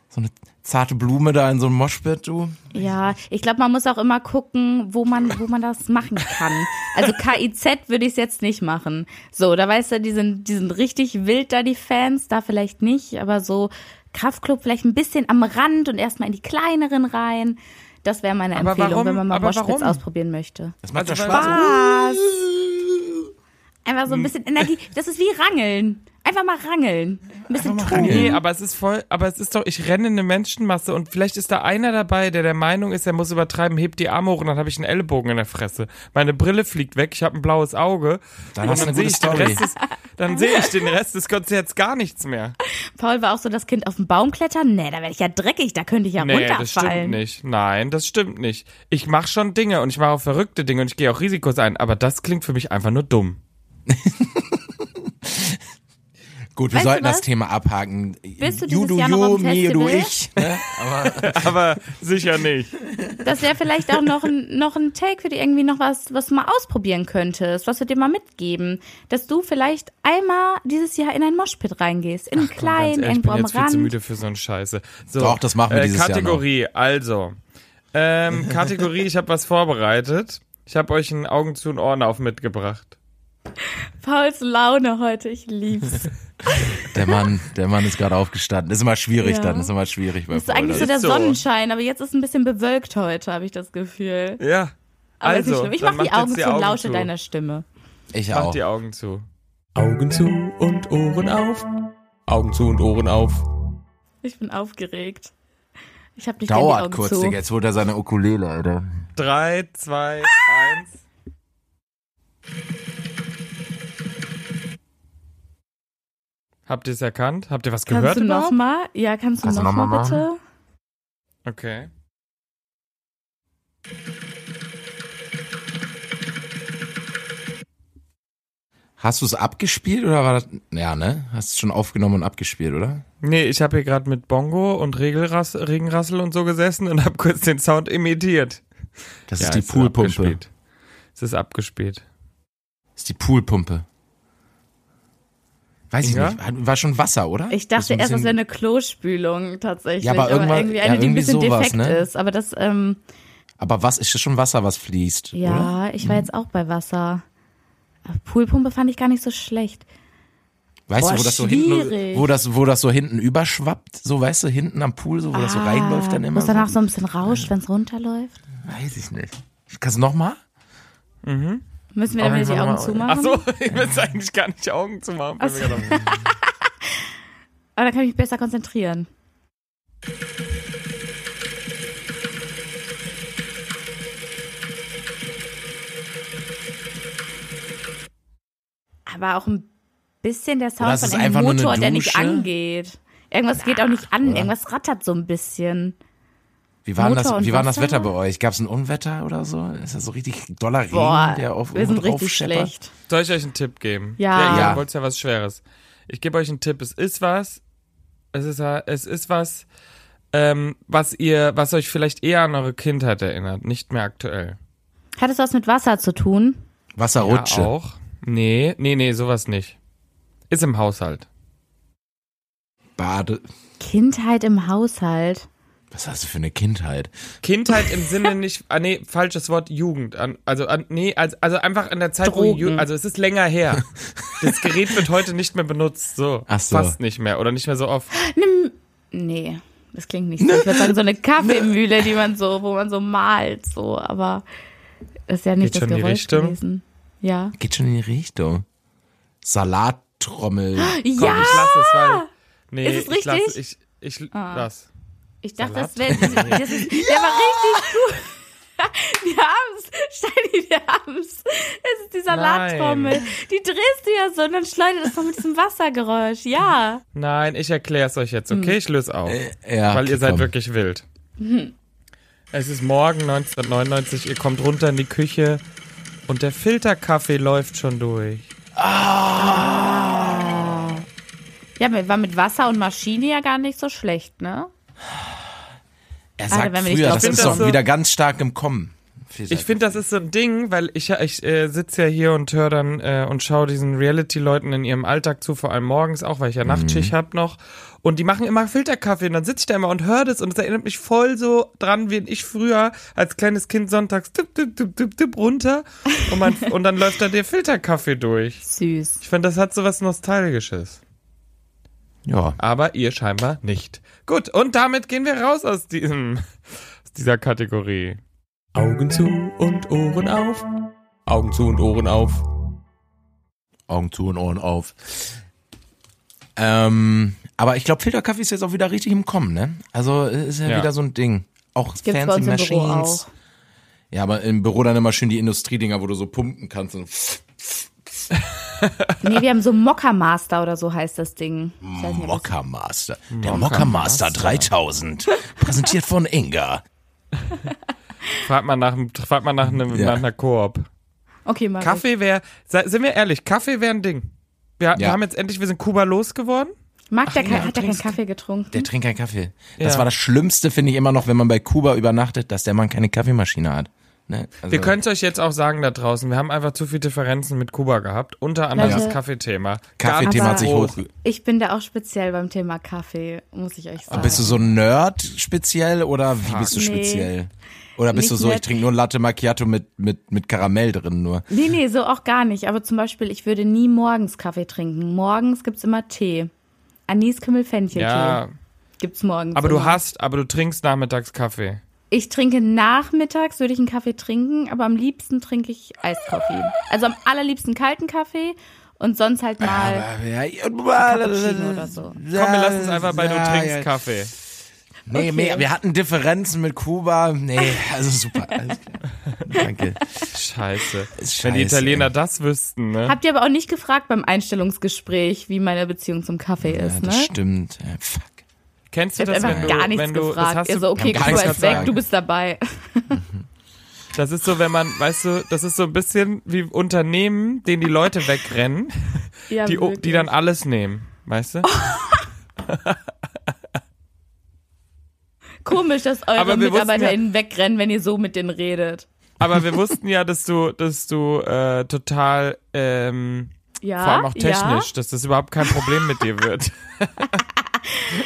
[SPEAKER 2] so eine zarte Blume da in so einem Moshpit, du.
[SPEAKER 1] Ja, ich glaube, man muss auch immer gucken, wo man, wo man das machen kann. Also KIZ würde ich es jetzt nicht machen. So, da weißt du, die sind, die sind richtig wild da, die Fans, da vielleicht nicht, aber so Kraftclub vielleicht ein bisschen am Rand und erstmal in die kleineren rein. Das wäre meine
[SPEAKER 3] Aber
[SPEAKER 1] Empfehlung,
[SPEAKER 3] warum?
[SPEAKER 1] wenn man mal
[SPEAKER 3] Aber
[SPEAKER 1] Moshpits
[SPEAKER 3] warum?
[SPEAKER 1] ausprobieren möchte.
[SPEAKER 2] Das macht
[SPEAKER 3] Also,
[SPEAKER 2] doch
[SPEAKER 3] weil-
[SPEAKER 2] Spaß.
[SPEAKER 1] Einfach
[SPEAKER 3] Hm.
[SPEAKER 1] so ein bisschen Energie. Das ist wie Rangeln. Einfach mal rangeln. Ein bisschen
[SPEAKER 3] Nee,
[SPEAKER 1] tun.
[SPEAKER 3] aber es ist voll, aber es ist doch, ich renne in eine Menschenmasse und vielleicht ist da einer dabei, der der Meinung ist, er muss übertreiben, hebt die Arme hoch und dann habe ich einen Ellenbogen in der Fresse. Meine Brille fliegt weg, ich habe ein blaues Auge.
[SPEAKER 2] Dann
[SPEAKER 3] und
[SPEAKER 2] hast du
[SPEAKER 3] dann
[SPEAKER 2] eine
[SPEAKER 3] sehe
[SPEAKER 2] gute
[SPEAKER 3] ich, den
[SPEAKER 2] Story.
[SPEAKER 3] Rest des- dann sehe ich den Rest des Konzerts gar nichts mehr.
[SPEAKER 1] Paul war auch so das Kind auf den Baum klettern. Nee, da werde ich ja dreckig, da könnte ich ja
[SPEAKER 3] Nee, das stimmt
[SPEAKER 1] runterfallen.
[SPEAKER 3] nicht. Nein, das stimmt nicht. Ich mache schon Dinge und ich mache auch verrückte Dinge und ich gehe auch Risikos ein, aber das klingt für mich einfach nur dumm.
[SPEAKER 2] Gut, wir
[SPEAKER 1] Weißt du
[SPEAKER 2] sollten das
[SPEAKER 1] was?
[SPEAKER 2] Thema abhaken.
[SPEAKER 1] Bist du
[SPEAKER 2] you
[SPEAKER 1] dieses
[SPEAKER 2] do
[SPEAKER 1] Jahr noch
[SPEAKER 2] you,
[SPEAKER 1] auf dem
[SPEAKER 2] me do
[SPEAKER 1] Festival?
[SPEAKER 2] ich. Ne? Aber
[SPEAKER 3] Aber sicher nicht.
[SPEAKER 1] Das wäre vielleicht auch noch ein, noch ein Take für die irgendwie noch was, was du mal ausprobieren könntest, was wir dir mal mitgeben. Dass du vielleicht einmal dieses Jahr in ein Moshpit reingehst. In einen
[SPEAKER 3] Ganz
[SPEAKER 1] kleinen,
[SPEAKER 3] ehrlich, ich
[SPEAKER 1] irgendwo
[SPEAKER 3] bin
[SPEAKER 1] am
[SPEAKER 3] jetzt viel zu
[SPEAKER 1] Rand.
[SPEAKER 3] müde für so einen Scheiße. So, äh,
[SPEAKER 2] Doch, das machen wir dieses Jahr noch.
[SPEAKER 3] Kategorie, also. Ähm, Kategorie, ich habe was vorbereitet. Ich habe euch einen Augen zu und Ohren auf mitgebracht.
[SPEAKER 1] Pauls Laune heute, ich lieb's.
[SPEAKER 2] der Mann, der Mann ist gerade aufgestanden. Das ist immer schwierig
[SPEAKER 1] Ja.
[SPEAKER 2] dann, das ist immer schwierig bei
[SPEAKER 1] Das ist eigentlich so
[SPEAKER 2] Paul.
[SPEAKER 1] der
[SPEAKER 3] so.
[SPEAKER 1] Sonnenschein, aber jetzt ist ein bisschen bewölkt heute, habe ich das Gefühl.
[SPEAKER 3] Ja.
[SPEAKER 1] Aber ist nicht
[SPEAKER 3] also,
[SPEAKER 1] schlimm. Ich
[SPEAKER 3] dann
[SPEAKER 1] mach die
[SPEAKER 3] macht jetzt
[SPEAKER 1] Augen zu und lausche
[SPEAKER 3] zu.
[SPEAKER 1] deiner Stimme.
[SPEAKER 2] Ich
[SPEAKER 3] Mach
[SPEAKER 2] auch.
[SPEAKER 3] die Augen zu.
[SPEAKER 4] Augen zu und Ohren auf. Augen zu und Ohren auf.
[SPEAKER 1] Ich bin aufgeregt. Ich habe nicht gern die
[SPEAKER 2] Dauert
[SPEAKER 1] Augen
[SPEAKER 2] kurz,
[SPEAKER 1] zu.
[SPEAKER 2] Digga. Jetzt holt er seine Ukulele, Alter.
[SPEAKER 3] Drei, zwei, eins. Habt ihr es erkannt? Habt ihr was
[SPEAKER 1] Kannst
[SPEAKER 3] gehört
[SPEAKER 1] du
[SPEAKER 3] überhaupt?
[SPEAKER 1] nochmal? Ja, kannst du
[SPEAKER 2] Kannst du noch
[SPEAKER 1] nochmal
[SPEAKER 2] mal machen?
[SPEAKER 1] bitte?
[SPEAKER 3] Okay.
[SPEAKER 2] Hast du es abgespielt oder war das. Ja, ne? Hast du schon aufgenommen und abgespielt, oder?
[SPEAKER 3] Nee, ich habe hier gerade mit Bongo und Regelrass Regenrassel und so gesessen und habe kurz den Sound imitiert.
[SPEAKER 2] Das
[SPEAKER 3] Ja,
[SPEAKER 2] ist die
[SPEAKER 3] es
[SPEAKER 2] Poolpumpe.
[SPEAKER 3] abgespielt. Es ist abgespielt.
[SPEAKER 2] Das ist die Poolpumpe. Weiß ich
[SPEAKER 3] Inga?
[SPEAKER 2] nicht. Hat- War schon Wasser, oder?
[SPEAKER 1] Ich
[SPEAKER 2] Das ist
[SPEAKER 1] dachte
[SPEAKER 2] ein
[SPEAKER 1] erst, das
[SPEAKER 2] bisschen-
[SPEAKER 1] wäre eine Klospülung tatsächlich.
[SPEAKER 2] Ja, aber irgendwann-
[SPEAKER 1] irgendwie
[SPEAKER 2] ja,
[SPEAKER 1] eine, die ein
[SPEAKER 2] irgendwie
[SPEAKER 1] bisschen
[SPEAKER 2] sowas,
[SPEAKER 1] defekt
[SPEAKER 2] ne?
[SPEAKER 1] ist. Aber das, ähm,
[SPEAKER 2] Aber was ist das schon Wasser, was fließt? Oder? Mhm.
[SPEAKER 1] ja, ich war jetzt auch bei Wasser. Aber Poolpumpe fand ich gar nicht so schlecht.
[SPEAKER 2] Weißt
[SPEAKER 1] Boah,
[SPEAKER 2] du, wo das so
[SPEAKER 1] schwierig.
[SPEAKER 2] hinten, wo das, wo das so hinten überschwappt, so weißt du, hinten am Pool, so wo das so reinläuft dann immer.
[SPEAKER 1] Ah. Muss danach so ein bisschen rauscht, wenn es runterläuft.
[SPEAKER 2] Weiß ich nicht. Kannst du nochmal?
[SPEAKER 1] Müssen wir dann wieder die Augen zumachen?
[SPEAKER 3] Ach so, ich will eigentlich gar nicht Augen zu machen.
[SPEAKER 1] Ach so. Aber dann kann ich mich besser konzentrieren. Aber auch ein bisschen der
[SPEAKER 2] Oder
[SPEAKER 1] Sound
[SPEAKER 2] es
[SPEAKER 1] von
[SPEAKER 2] ist
[SPEAKER 1] einem
[SPEAKER 2] einfach nur eine
[SPEAKER 1] Motor, der nicht
[SPEAKER 2] Dusche?
[SPEAKER 1] angeht. Irgendwas geht auch nicht an, irgendwas rattert so ein
[SPEAKER 2] Hm,
[SPEAKER 1] bisschen.
[SPEAKER 2] Wie war denn
[SPEAKER 1] Motor
[SPEAKER 2] das,
[SPEAKER 1] und
[SPEAKER 2] wie war denn das
[SPEAKER 1] Wasser?
[SPEAKER 2] Wetter bei euch? Gab es ein Unwetter oder so? Ist das so richtig doller Regen,
[SPEAKER 1] Boah,
[SPEAKER 2] der auf
[SPEAKER 1] wir sind
[SPEAKER 2] irgendwo
[SPEAKER 1] richtig
[SPEAKER 2] draufscheppert?
[SPEAKER 1] schlecht.
[SPEAKER 3] Soll ich euch einen Tipp geben?
[SPEAKER 1] Ja.
[SPEAKER 3] Ja,
[SPEAKER 2] Ja.
[SPEAKER 3] ihr wollt ja was Schweres. Ich gebe euch einen Tipp. Es ist was, es ist, es ist was, ähm, was ihr, was euch vielleicht eher an eure Kindheit erinnert, nicht mehr aktuell.
[SPEAKER 1] Hat es was mit Wasser zu tun?
[SPEAKER 2] Wasserrutsche.
[SPEAKER 3] Ja, auch. Nee, nee, nee, sowas nicht. Ist im Haushalt.
[SPEAKER 2] Bade.
[SPEAKER 1] Kindheit im Haushalt.
[SPEAKER 2] Was hast du für eine Kindheit?
[SPEAKER 3] Kindheit im Sinne nicht, ah, nee, falsches Wort, Jugend. An, also, an, nee, also, also einfach an der Zeit, wo, ihr Ju-
[SPEAKER 1] Drogen.
[SPEAKER 3] also es ist länger her. Das Gerät wird heute nicht mehr benutzt, so.
[SPEAKER 2] Ach so.
[SPEAKER 3] Fast nicht mehr oder nicht mehr so oft.
[SPEAKER 1] Ne, nee, das klingt nicht so. Ich würde sagen, so eine Kaffeemühle, die man so, wo man so malt, so, aber das ist ja nicht
[SPEAKER 3] Geht schon
[SPEAKER 1] das
[SPEAKER 3] in die
[SPEAKER 1] Geräusch
[SPEAKER 3] Richtung?
[SPEAKER 1] gewesen. Ja.
[SPEAKER 2] Geht schon in die Richtung. Salattrommel.
[SPEAKER 3] Komm,
[SPEAKER 1] ja,
[SPEAKER 3] ich lasse es, weil. Nee,
[SPEAKER 1] Ist es
[SPEAKER 3] ich lasse,
[SPEAKER 1] richtig? Ah.
[SPEAKER 3] ich, ich lass.
[SPEAKER 1] ich dachte, das wäre.
[SPEAKER 3] Salat?
[SPEAKER 1] Der war richtig Wir haben's, Steini, wir haben's. Es ist die Salattrommel.
[SPEAKER 3] Nein.
[SPEAKER 1] Die drehst du ja so und dann schleudert es noch mit diesem Wassergeräusch. Ja.
[SPEAKER 3] Nein, ich erkläre es euch jetzt,
[SPEAKER 1] Hm.
[SPEAKER 3] okay? Ich löse auf.
[SPEAKER 1] Äh,
[SPEAKER 2] ja,
[SPEAKER 3] weil
[SPEAKER 2] okay,
[SPEAKER 3] ihr seid
[SPEAKER 2] komm.
[SPEAKER 3] wirklich wild. Es ist morgen 1999, ihr kommt runter in die Küche und der Filterkaffee läuft schon durch.
[SPEAKER 1] Ja, mit- war mit Wasser und Maschine ja gar nicht so schlecht, ne?
[SPEAKER 2] Er
[SPEAKER 1] Alter,
[SPEAKER 2] sagt
[SPEAKER 1] wenn wir nicht
[SPEAKER 2] früher,
[SPEAKER 1] drauf
[SPEAKER 2] das
[SPEAKER 3] sind.
[SPEAKER 2] ist doch
[SPEAKER 3] So-
[SPEAKER 2] wieder ganz stark im Kommen. Viel
[SPEAKER 3] Ich finde, das ist so ein Ding, weil ich, ja- ich äh, sitze ja hier und höre dann äh, und schaue diesen Reality-Leuten in ihrem Alltag zu, vor allem morgens auch, weil ich ja Nachtschicht hab noch. Und die machen immer Filterkaffee und dann sitze ich da immer und höre das und es erinnert mich voll so dran, wie ich früher als kleines Kind sonntags tipp, tipp, tipp, tipp, tipp runter und, man, und dann läuft da der Filterkaffee durch.
[SPEAKER 1] Süß.
[SPEAKER 3] Ich finde, das hat so was Nostalgisches.
[SPEAKER 2] ja.
[SPEAKER 3] Aber ihr scheinbar nicht. Gut, und damit gehen wir raus aus, diesem, aus dieser Kategorie.
[SPEAKER 4] Augen zu und Ohren auf. Augen zu und Ohren auf.
[SPEAKER 2] Augen zu und Ohren auf. Ähm, aber ich glaube, Filterkaffee ist jetzt auch wieder richtig im Kommen, ne? Also äh, ist ja,
[SPEAKER 3] Ja.
[SPEAKER 2] wieder so ein Ding. Auch
[SPEAKER 1] Gibt's bei
[SPEAKER 2] Fancy
[SPEAKER 1] uns im
[SPEAKER 2] Machines.
[SPEAKER 1] Büro auch.
[SPEAKER 2] Ja, aber im Büro dann immer schön die Industriedinger, wo du so pumpen kannst. Und
[SPEAKER 1] Nee, wir haben so Mokka Master oder so heißt das Ding. Ich weiß nicht, ob das-
[SPEAKER 2] Mocker Master. Der Mocker Master 3000. Präsentiert von Inga.
[SPEAKER 3] Frag mal nach, frag mal nach, einem,
[SPEAKER 2] Ja.
[SPEAKER 3] nach einer Koop.
[SPEAKER 1] Okay, mal.
[SPEAKER 3] Kaffee wäre, sind wir ehrlich, Kaffee wäre ein Ding. Wir, wir
[SPEAKER 2] Ja.
[SPEAKER 3] haben jetzt endlich, wir sind Kuba losgeworden.
[SPEAKER 1] Mag der, kein-
[SPEAKER 2] ja,
[SPEAKER 1] hat der keinen
[SPEAKER 2] trinkst-
[SPEAKER 1] Kaffee getrunken?
[SPEAKER 2] Der trinkt keinen Kaffee.
[SPEAKER 3] Ja.
[SPEAKER 2] Das war das Schlimmste, finde ich immer noch, wenn man bei Kuba übernachtet, dass der Mann keine Kaffeemaschine hat. Ne? Also-
[SPEAKER 3] Wir können es euch jetzt auch sagen da draußen, wir haben einfach zu viele Differenzen mit Kuba gehabt. Unter anderem
[SPEAKER 1] Leute.
[SPEAKER 3] das Kaffeethema.
[SPEAKER 2] Kaffeethema hat sich
[SPEAKER 3] Ganz
[SPEAKER 2] hoch.
[SPEAKER 3] groß.
[SPEAKER 1] Ich bin da auch speziell beim Thema Kaffee, muss ich
[SPEAKER 3] Ah,
[SPEAKER 1] euch sagen.
[SPEAKER 2] Bist du so ein Nerd speziell oder wie bist du
[SPEAKER 1] Nee.
[SPEAKER 2] speziell? Oder
[SPEAKER 1] Nicht
[SPEAKER 2] bist du so, ich
[SPEAKER 1] Nerd.
[SPEAKER 2] trinke nur Latte Macchiato mit, mit, mit Karamell drin nur?
[SPEAKER 1] Nee, nee, so auch gar nicht. Aber zum Beispiel, ich würde nie morgens Kaffee trinken. Morgens gibt's immer Tee. Anis, Kümmel, Fencheltee
[SPEAKER 3] Ja,
[SPEAKER 1] gibt's morgens.
[SPEAKER 3] aber du
[SPEAKER 1] immer.
[SPEAKER 3] hast, aber du trinkst nachmittags Kaffee.
[SPEAKER 1] Ich trinke nachmittags, würde ich einen Kaffee trinken, aber am liebsten trinke ich Eiskaffee. Also am allerliebsten kalten Kaffee und sonst halt mal Cappuccino oder so.
[SPEAKER 3] Komm, wir lassen es einfach bei, du trinkst Kaffee.
[SPEAKER 1] Okay.
[SPEAKER 2] Nee, nee, wir hatten Differenzen mit Kuba. Nee, also super. Alles klar. Danke.
[SPEAKER 3] Scheiße.
[SPEAKER 2] Ist
[SPEAKER 3] Wenn die
[SPEAKER 2] scheiße,
[SPEAKER 3] Italiener
[SPEAKER 2] ey.
[SPEAKER 3] das wüssten, ne?
[SPEAKER 1] Habt ihr aber auch nicht gefragt beim Einstellungsgespräch, wie meine Beziehung zum Kaffee
[SPEAKER 2] Ja,
[SPEAKER 1] ist, ne?
[SPEAKER 2] das stimmt. Ja, Fuck.
[SPEAKER 3] Kennst du
[SPEAKER 1] Ich hab
[SPEAKER 3] das,
[SPEAKER 1] einfach
[SPEAKER 3] wenn du,
[SPEAKER 1] gar nichts
[SPEAKER 3] wenn du, das
[SPEAKER 1] gefragt.
[SPEAKER 3] hast
[SPEAKER 1] Ihr
[SPEAKER 3] du,
[SPEAKER 1] so, okay,
[SPEAKER 2] gar
[SPEAKER 1] Kuba
[SPEAKER 2] nichts
[SPEAKER 1] ist weg,
[SPEAKER 2] gefragt.
[SPEAKER 1] du bist dabei.
[SPEAKER 3] Das ist so, wenn man, weißt du, das ist so ein bisschen wie Unternehmen, denen die Leute wegrennen,
[SPEAKER 1] Ja,
[SPEAKER 3] die,
[SPEAKER 1] wirklich. Oh,
[SPEAKER 3] die dann alles nehmen, weißt du?
[SPEAKER 1] Komisch, dass eure
[SPEAKER 3] Aber wir wussten
[SPEAKER 1] MitarbeiterInnen wegrennen, wenn ihr so mit denen redet.
[SPEAKER 3] Aber wir wussten ja, dass du, dass du äh, total, ähm,
[SPEAKER 1] Ja,
[SPEAKER 3] vor allem auch
[SPEAKER 1] Ah, ja.
[SPEAKER 3] technisch, dass das überhaupt kein Problem mit dir wird.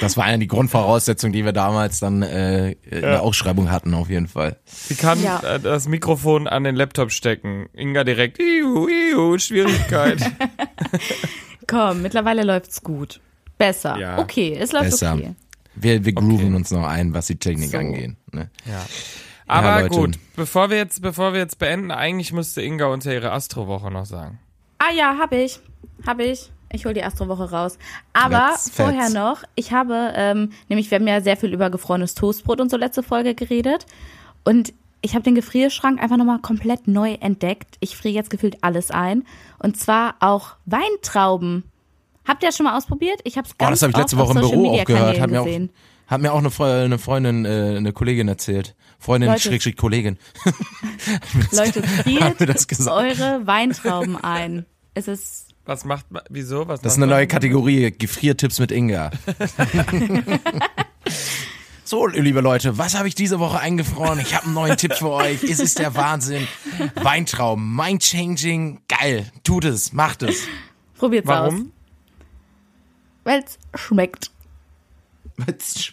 [SPEAKER 2] Das war eine die Grundvoraussetzungen, die wir damals dann äh, in der Ausschreibung hatten, auf jeden Fall.
[SPEAKER 3] Sie kann
[SPEAKER 1] Ja.
[SPEAKER 3] äh, das Mikrofon an den Laptop stecken. Inga direkt, iu, iu, Schwierigkeit.
[SPEAKER 1] Komm, mittlerweile läuft's gut. Besser.
[SPEAKER 3] Ja.
[SPEAKER 1] Okay, es läuft
[SPEAKER 2] Besser.
[SPEAKER 1] okay.
[SPEAKER 2] Wir, wir grooven
[SPEAKER 3] Okay.
[SPEAKER 2] uns noch ein, was die Technik
[SPEAKER 1] So.
[SPEAKER 2] angeht. Ne?
[SPEAKER 3] ja. Aber
[SPEAKER 2] Leute.
[SPEAKER 3] gut, bevor wir jetzt, bevor wir jetzt beenden, eigentlich musste Inga uns ja ihre Astrowoche noch sagen.
[SPEAKER 1] Ah ja, hab ich. Hab ich. Ich hol die Astrowoche raus. Aber
[SPEAKER 2] Let's
[SPEAKER 1] vorher
[SPEAKER 2] fetz.
[SPEAKER 1] noch, ich habe, ähm, nämlich wir haben ja sehr viel über gefrorenes Toastbrot und so letzte Folge geredet. Und ich habe den Gefrierschrank einfach nochmal komplett neu entdeckt. Ich friere jetzt gefühlt alles ein. Und zwar auch Weintrauben. Habt ihr das schon mal ausprobiert? Ich habe es
[SPEAKER 2] Oh,
[SPEAKER 1] ganz
[SPEAKER 2] das habe ich letzte
[SPEAKER 1] oft
[SPEAKER 2] Woche im
[SPEAKER 1] auf Social
[SPEAKER 2] Büro
[SPEAKER 1] Media
[SPEAKER 2] auch gehört. Hat
[SPEAKER 1] Kanälen
[SPEAKER 2] mir auch,
[SPEAKER 1] gesehen.
[SPEAKER 2] hat mir auch eine, Fre eine Freundin, äh, eine Kollegin erzählt. Freundin,
[SPEAKER 1] Leute.
[SPEAKER 2] Schrägstrich Kollegin.
[SPEAKER 1] Leute, friert
[SPEAKER 2] Hat mir das gesagt.
[SPEAKER 1] eure Weintrauben ein. Es ist
[SPEAKER 3] Was macht man, wieso, was
[SPEAKER 2] Das ist
[SPEAKER 3] macht
[SPEAKER 2] eine
[SPEAKER 3] man?
[SPEAKER 2] neue Kategorie, Gefriertipps mit Inga. So, liebe Leute, was habe ich diese Woche eingefroren? Ich habe einen neuen Tipp für euch. Es ist der Wahnsinn. Weintraum, mind-changing, geil. Tut es, macht es.
[SPEAKER 1] Probiert's aus.
[SPEAKER 3] Warum?
[SPEAKER 1] Weil's schmeckt.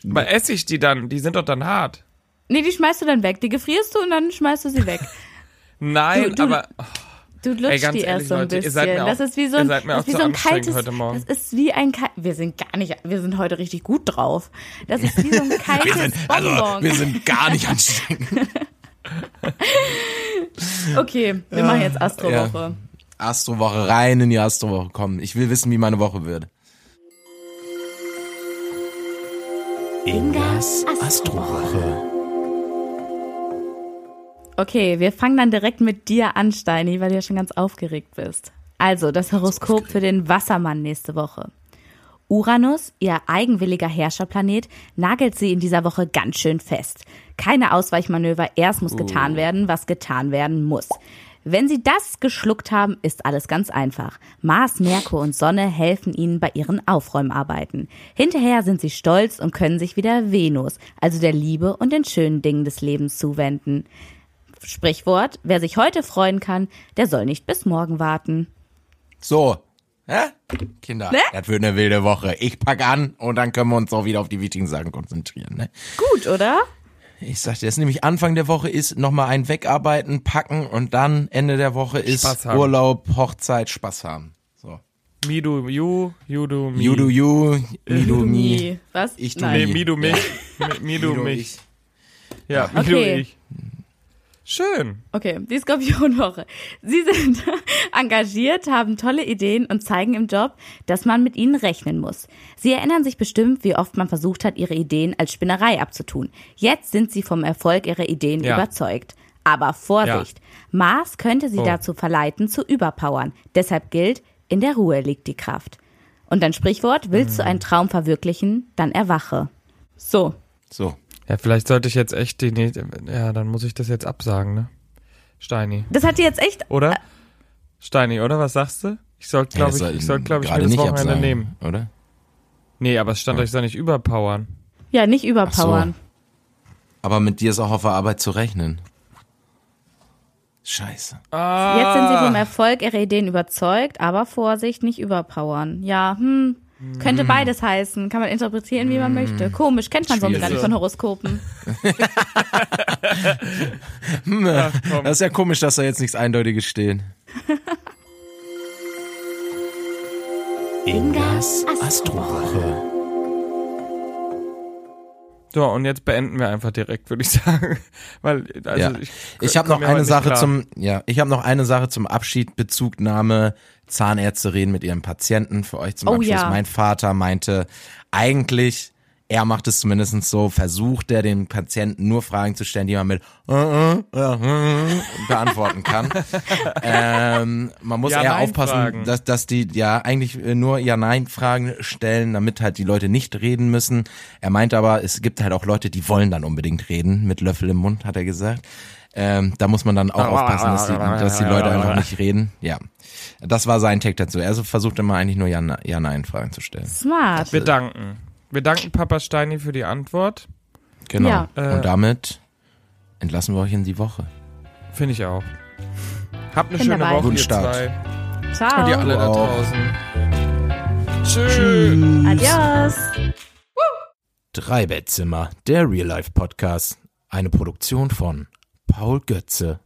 [SPEAKER 3] Aber esse ich die dann? Die sind doch dann hart.
[SPEAKER 1] Nee, die schmeißt du dann weg. Die gefrierst du und dann schmeißt du sie weg.
[SPEAKER 3] Nein,
[SPEAKER 1] Du- du-
[SPEAKER 3] aber oh,
[SPEAKER 1] Du
[SPEAKER 3] Ey,
[SPEAKER 1] lutschst
[SPEAKER 3] ganz
[SPEAKER 1] die erst
[SPEAKER 3] ehrlich,
[SPEAKER 1] so ein
[SPEAKER 3] Leute, ihr
[SPEAKER 1] bisschen.
[SPEAKER 3] seid mir auch-
[SPEAKER 1] das ist wie so
[SPEAKER 3] ihr
[SPEAKER 1] ein,
[SPEAKER 3] seid mir
[SPEAKER 1] das ist
[SPEAKER 3] auch
[SPEAKER 1] wie
[SPEAKER 3] zu
[SPEAKER 1] so ein
[SPEAKER 3] anstrengend
[SPEAKER 1] kaltes.
[SPEAKER 3] heute Morgen.
[SPEAKER 1] Das ist wie ein kaltes. Wir sind gar nicht. Wir sind heute richtig gut drauf. Das ist wie so ein kaltes
[SPEAKER 2] Also,
[SPEAKER 1] Bonbon.
[SPEAKER 2] wir sind gar nicht anstrengend.
[SPEAKER 1] okay, wir machen jetzt Astrowoche.
[SPEAKER 2] Astrowoche rein in die Astrowoche kommen. Ich will wissen, wie meine Woche wird. Ingas Astrowoche.
[SPEAKER 1] Okay, wir fangen dann direkt mit dir an, Steini, weil du ja schon ganz aufgeregt bist. Also, das Horoskop für den Wassermann nächste Woche. Uranus, ihr eigenwilliger Herrscherplanet, nagelt sie in dieser Woche ganz schön fest. Keine Ausweichmanöver, erst muss getan werden, was getan werden muss. Wenn sie das geschluckt haben, ist alles ganz einfach. Mars, Merkur und Sonne helfen ihnen bei ihren Aufräumarbeiten. Hinterher sind sie stolz und können sich wieder Venus, also der Liebe und den schönen Dingen des Lebens zuwenden. Sprichwort, wer sich heute freuen kann, der soll nicht bis morgen warten.
[SPEAKER 2] So. Hä? Kinder, das wird eine wilde Woche. Ich pack an und dann können wir uns auch wieder auf die wichtigen Sachen konzentrieren. Ne?
[SPEAKER 1] Gut, oder?
[SPEAKER 2] Ich sagte, das ist nämlich Anfang der Woche ist nochmal ein Wegarbeiten, packen und dann Ende der Woche
[SPEAKER 3] Spaß
[SPEAKER 2] ist
[SPEAKER 3] haben.
[SPEAKER 2] Urlaub, Hochzeit, Spaß haben. So.
[SPEAKER 3] Me do you, you do me.
[SPEAKER 2] You do you, me do me.
[SPEAKER 1] Was?
[SPEAKER 2] Ich tu
[SPEAKER 3] Nee,
[SPEAKER 1] Nein.
[SPEAKER 2] mir.
[SPEAKER 3] me do mich. Me, me do mich.
[SPEAKER 2] ich.
[SPEAKER 3] Ja, me do
[SPEAKER 1] Okay.
[SPEAKER 3] ich. Schön.
[SPEAKER 1] Okay, die Skorpionwoche. Sie sind engagiert, haben tolle Ideen und zeigen im Job, dass man mit ihnen rechnen muss. Sie erinnern sich bestimmt, wie oft man versucht hat, ihre Ideen als Spinnerei abzutun. Jetzt sind sie vom Erfolg ihrer Ideen
[SPEAKER 3] Ja.
[SPEAKER 1] überzeugt. Aber Vorsicht, Mars könnte sie
[SPEAKER 3] Oh.
[SPEAKER 1] dazu verleiten, zu überpowern. Deshalb gilt, in der Ruhe liegt die Kraft. Und ein Sprichwort, willst
[SPEAKER 3] Mhm.
[SPEAKER 1] du einen Traum verwirklichen, dann erwache. So,
[SPEAKER 2] So.
[SPEAKER 3] Ja, vielleicht sollte ich jetzt echt die. nä- Ja, dann muss ich das jetzt absagen, ne? Steini.
[SPEAKER 1] das hat dir jetzt echt
[SPEAKER 3] Oder? Steini, oder? Was sagst du? Ich sollte,
[SPEAKER 2] Ja,
[SPEAKER 3] glaube
[SPEAKER 2] das
[SPEAKER 3] ich, ich, sollte, glaub ich, mir
[SPEAKER 2] gerade
[SPEAKER 3] das
[SPEAKER 2] nicht
[SPEAKER 3] Wochenende
[SPEAKER 2] absagen,
[SPEAKER 3] nehmen.
[SPEAKER 2] Oder?
[SPEAKER 3] Nee, aber es stand euch, soll nicht überpowern.
[SPEAKER 1] ja nicht überpowern.
[SPEAKER 2] Aber mit dir ist auch auf der Arbeit zu rechnen. Scheiße.
[SPEAKER 1] Jetzt sind sie
[SPEAKER 2] Ah.
[SPEAKER 1] vom Erfolg ihrer Ideen überzeugt, aber Vorsicht, nicht überpowern. Ja, hm. Könnte beides heißen. Kann man interpretieren, wie man möchte. Komisch, kennt man sonst gar
[SPEAKER 2] Hm.
[SPEAKER 1] nicht
[SPEAKER 2] Schwierig.
[SPEAKER 1] von Horoskopen.
[SPEAKER 2] Das ist ja komisch, dass da jetzt nichts Eindeutiges stehen. Ingas Astrowoche.
[SPEAKER 3] So, und jetzt beenden wir einfach direkt, würde ich sagen. Weil, also
[SPEAKER 2] Ja.
[SPEAKER 3] ich,
[SPEAKER 2] Ich habe noch
[SPEAKER 3] komm mir heute
[SPEAKER 2] eine
[SPEAKER 3] nicht
[SPEAKER 2] Sache
[SPEAKER 3] klar.
[SPEAKER 2] zum ja, ich habe noch eine Sache zum Abschied Bezugnahme Zahnärzte reden mit ihren Patienten für euch zum
[SPEAKER 1] Oh
[SPEAKER 2] Abschluss.
[SPEAKER 1] ja.
[SPEAKER 2] Mein Vater meinte eigentlich er macht es zumindest so, versucht er den Patienten nur Fragen zu stellen, die man mit äh, äh, äh, äh, beantworten kann. ähm, man muss
[SPEAKER 3] Ja,
[SPEAKER 2] eher
[SPEAKER 3] nein
[SPEAKER 2] aufpassen,
[SPEAKER 3] Fragen.
[SPEAKER 2] dass, dass die ja eigentlich äh, nur Ja-Nein-Fragen stellen, damit halt die Leute nicht reden müssen. Er meinte aber, es gibt halt auch Leute, die wollen dann unbedingt reden, mit Löffel im Mund, hat er gesagt. Ähm, da muss man dann auch aufpassen, dass die, dass die Leute einfach nicht reden. Ja, das war sein Tag dazu. Er versucht immer eigentlich nur Ja- Ja-Nein-Fragen zu stellen.
[SPEAKER 1] Smart.
[SPEAKER 3] Wir danken. Wir danken Papa Steini für die Antwort.
[SPEAKER 2] Genau.
[SPEAKER 1] Ja.
[SPEAKER 2] Und damit entlassen wir euch in die Woche.
[SPEAKER 3] Finde ich auch. Habt eine
[SPEAKER 1] Bin
[SPEAKER 3] schöne
[SPEAKER 1] dabei.
[SPEAKER 3] Woche,
[SPEAKER 2] Guten
[SPEAKER 3] ihr
[SPEAKER 2] Start.
[SPEAKER 3] zwei.
[SPEAKER 1] Ciao.
[SPEAKER 3] Und ihr alle da
[SPEAKER 2] Auch.
[SPEAKER 3] draußen. Tschüss.
[SPEAKER 1] Adios.
[SPEAKER 2] Drei Bettzimmer, der Real Life Podcast, eine Produktion von Paul Götze.